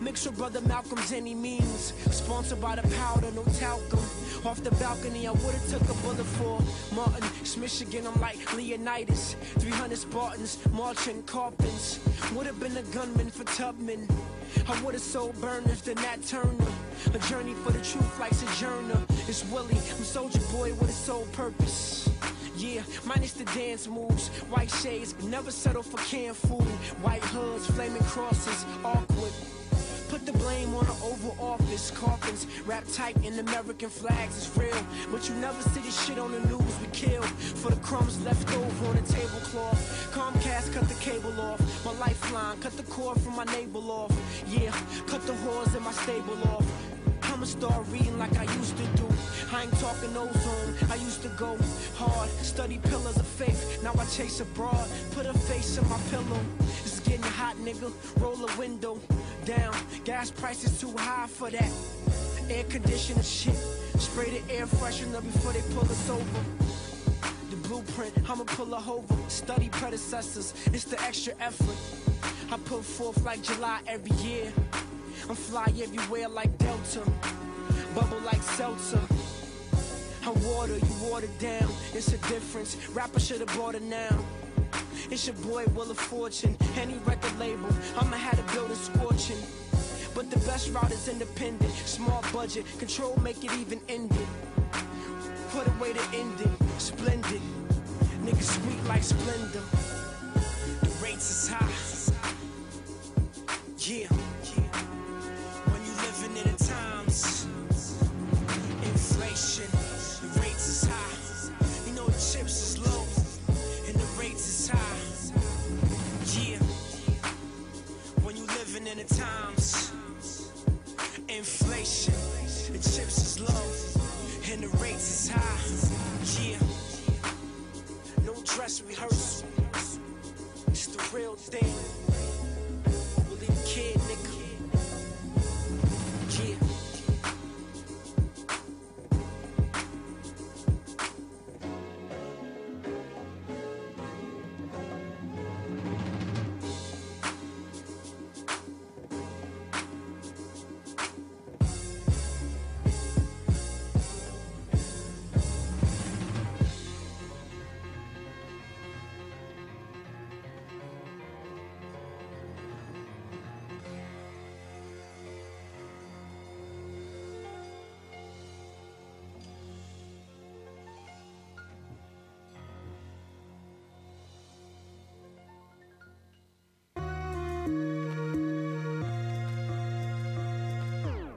S15: Mix with brother Malcolm's any means. Sponsored by the powder, no talcum. Off the balcony, I would've took a bullet for Martin. It's Michigan, I'm like Leonidas. 300 Spartans marching coffins. Would've been a gunman for Tubman. I would've sold burners to Nat Turner. A journey for the truth like Sojourner. It's Willie, I'm soldier boy with a sole purpose. Yeah, minus the dance moves. White shades, never settle for canned food. White hoods, flaming crosses, awkward. Put the blame on the Oval Office coffins, wrapped tight in American flags. It's real, but you never see this shit on the news. We killed for the crumbs left over on the tablecloth. Comcast cut the cable off, my lifeline cut the cord from my navel off. Yeah, cut the whores in my stable off. I'ma start reading like I used to do. I ain't talking ozone. I used to go hard, study pillars of faith. Now I chase abroad, put a face in my pillow. It's getting hot, nigga. Roll a window down. Gas prices too high for that. Air conditioner shit. Spray the air freshener before they pull us over the blueprint. I'ma pull a hover, study predecessors. It's the extra effort I put forth like July every year. I'm fly everywhere like Delta, bubble like seltzer. I water, you water down. It's a difference. Rapper should've bought it now. It's your boy Will of Fortune, any record label. I'ma have to build a scorching. But the best route is independent, small budget, control make it even ended. What a way to end it, splendid. Niggas sweet like splendor. The rates is high. Yeah. When you living in the times, inflation, the rates is high. You know the chips is low, and the rates is high. Yeah. When you living in the times, inflation, the chips is low, and the rates is high. Yeah. No dress rehearsal. It's the real thing. Willie the kid, nigga. Yeah.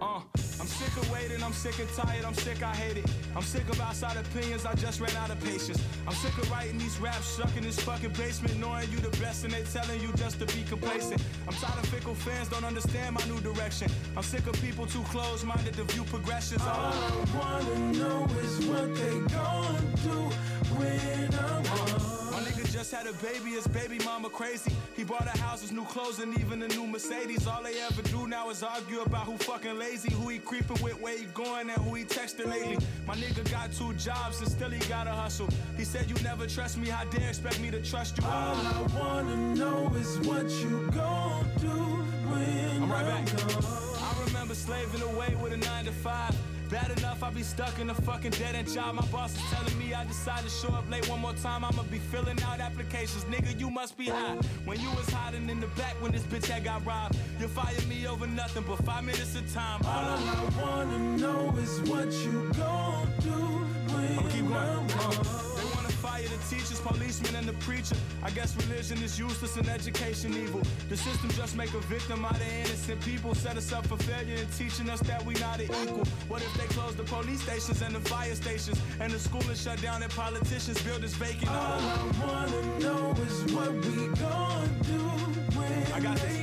S18: Uh, I'm sick of waiting, I'm sick and tired, I'm sick, I hate it. I'm sick of outside opinions, I just ran out of patience. I'm sick of writing these raps, stuck in this fucking basement, knowing you the best and they telling you just to be complacent. I'm tired of fickle fans, don't understand my new direction. I'm sick of people too closed minded to view progressions. All I wanna know is what they gonna do Uh, when I'm My nigga just had a baby, his baby mama crazy. He bought a house, his new clothes, and even a new Mercedes. All they ever do now is argue about who fucking lazy, who he creeping with, where he going, and who he texting lately. My nigga got two jobs and still he gotta hustle. He said, You never trust me, how dare expect me to trust you? All I wanna know is what you gon' do when I'm right back. I remember slaving away with a nine to five. Bad enough, I be stuck in a fucking dead end job. My boss is telling me I decided to show up late one more time. I'ma be filling out applications. Nigga, you must be high. When you was hiding in the back when this bitch had got robbed, you fired me over nothing but five minutes of time. All I wanna know is what you gon' do when I'ma keep going. Uh, they wanna fire the teachers, policemen, and the preacher. I guess religion is useless and education evil. The system just make a victim out of innocent people. Set us up for failure and teaching us that we not an equal. What if they close the police stations and the fire stations and the school is shut down and politicians build this vacant? All I wanna know is what we gon' do when I got this.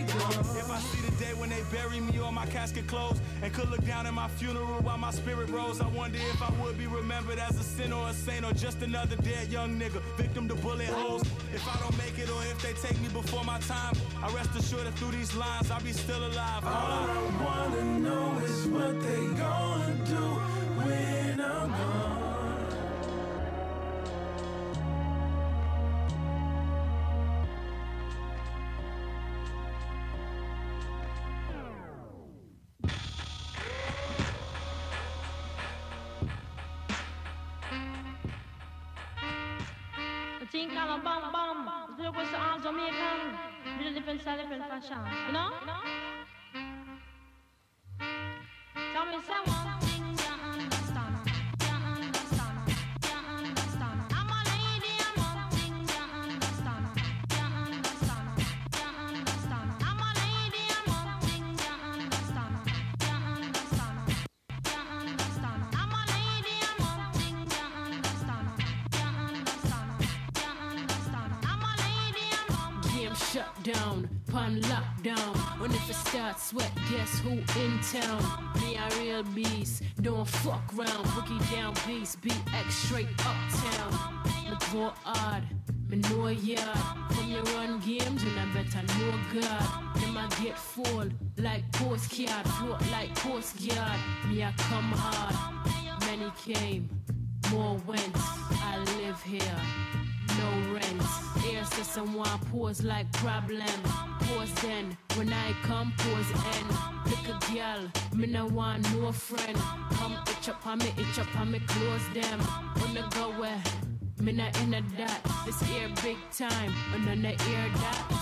S18: If I see the day when they bury me or my casket closed and could look down at my funeral while my spirit rose, I wonder if I would be remembered as a sinner or a saint or just another dead young nigga, victim to bullet holes. If I don't make it or if they take me before my time, I rest assured that through these lines I'll be still alive. All I wanna know is what they gonna do when I'm gone.
S16: Think on a bomb bomb. Look what's the arms of me can. Little different style, different fashion. You know? You know? Tell me, say one thing you understand. You understand. You understand. I'm a lady, I'm one thing you understand. You understand. You understand. I'm a lady, I'm one thing you understand. You understand. You understand. I'm a lady, I'm one thing you understand. You understand.
S19: Game shut down, pun lockdown. When if it starts sweat, guess who in town? Me, I real beast, don't fuck round. Boogie down beast, BX straight uptown. Me go odd, me know yard. From your run games, and I bet I know God. Them I get full, like postcard, float like postcard. Me, I come hard. Many came, more went. I live here no rent. Air system one pause like problem. Pause then, when I come, pause end. Pick a girl, me no want no friend. Come itch up on me, itch up on me, close them. Wanna go where? Me no in a dot. This air big time, and on the ear dot.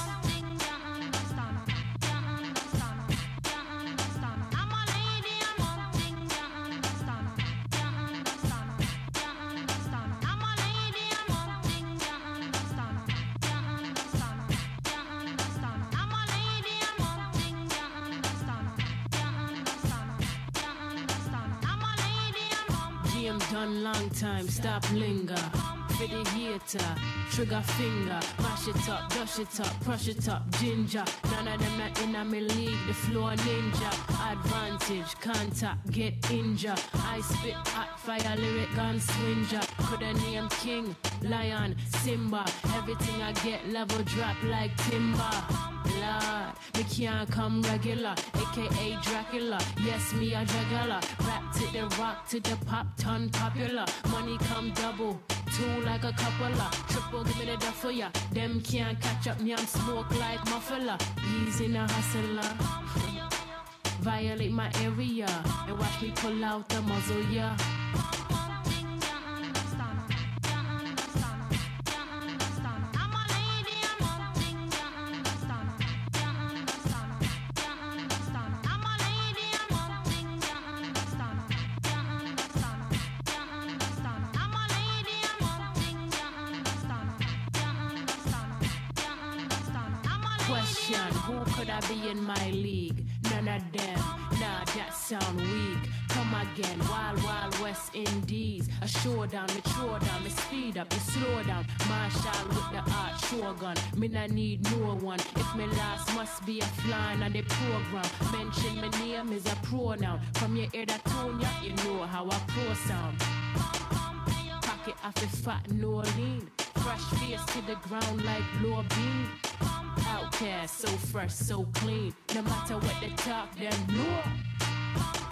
S19: Game done long time, stop linger. For the hater, trigger finger, mash it up, dust it up, crush it up, ginger. None of them are in a me league, the floor ninja. Advantage, contact, get injured. I spit hot fire, lyric gun swinger. Could I name King, Lion, Simba? Everything I get level drop like timber. Lord, me can't come regular, aka Dracula. Yes, me a Dracula. Rap to the rock, to the pop, ton popular. Money come double, two like a couple Triple, give me the duffel, ya. Them can't catch up, me I'm smoke like muffler. Easy na hustler. Violate my area and watch me pull out the muzzle, yeah. Question Who could I be in my league? None of them. Nah, that sound weak. Come again, wild, wild West Indies. A showdown, me throw down, me speed up, me slow down. Marshall with the art shotgun. Me nah need no one. If me last must be a fly on the program. Mention me name is a pronoun. From your ear that tone, ya you know how I pro sound. Pocket off the fat, no lean. fresh fierce to the ground like Laura Bean. Outcast, so fresh, so clean. No matter what they talk, them lure.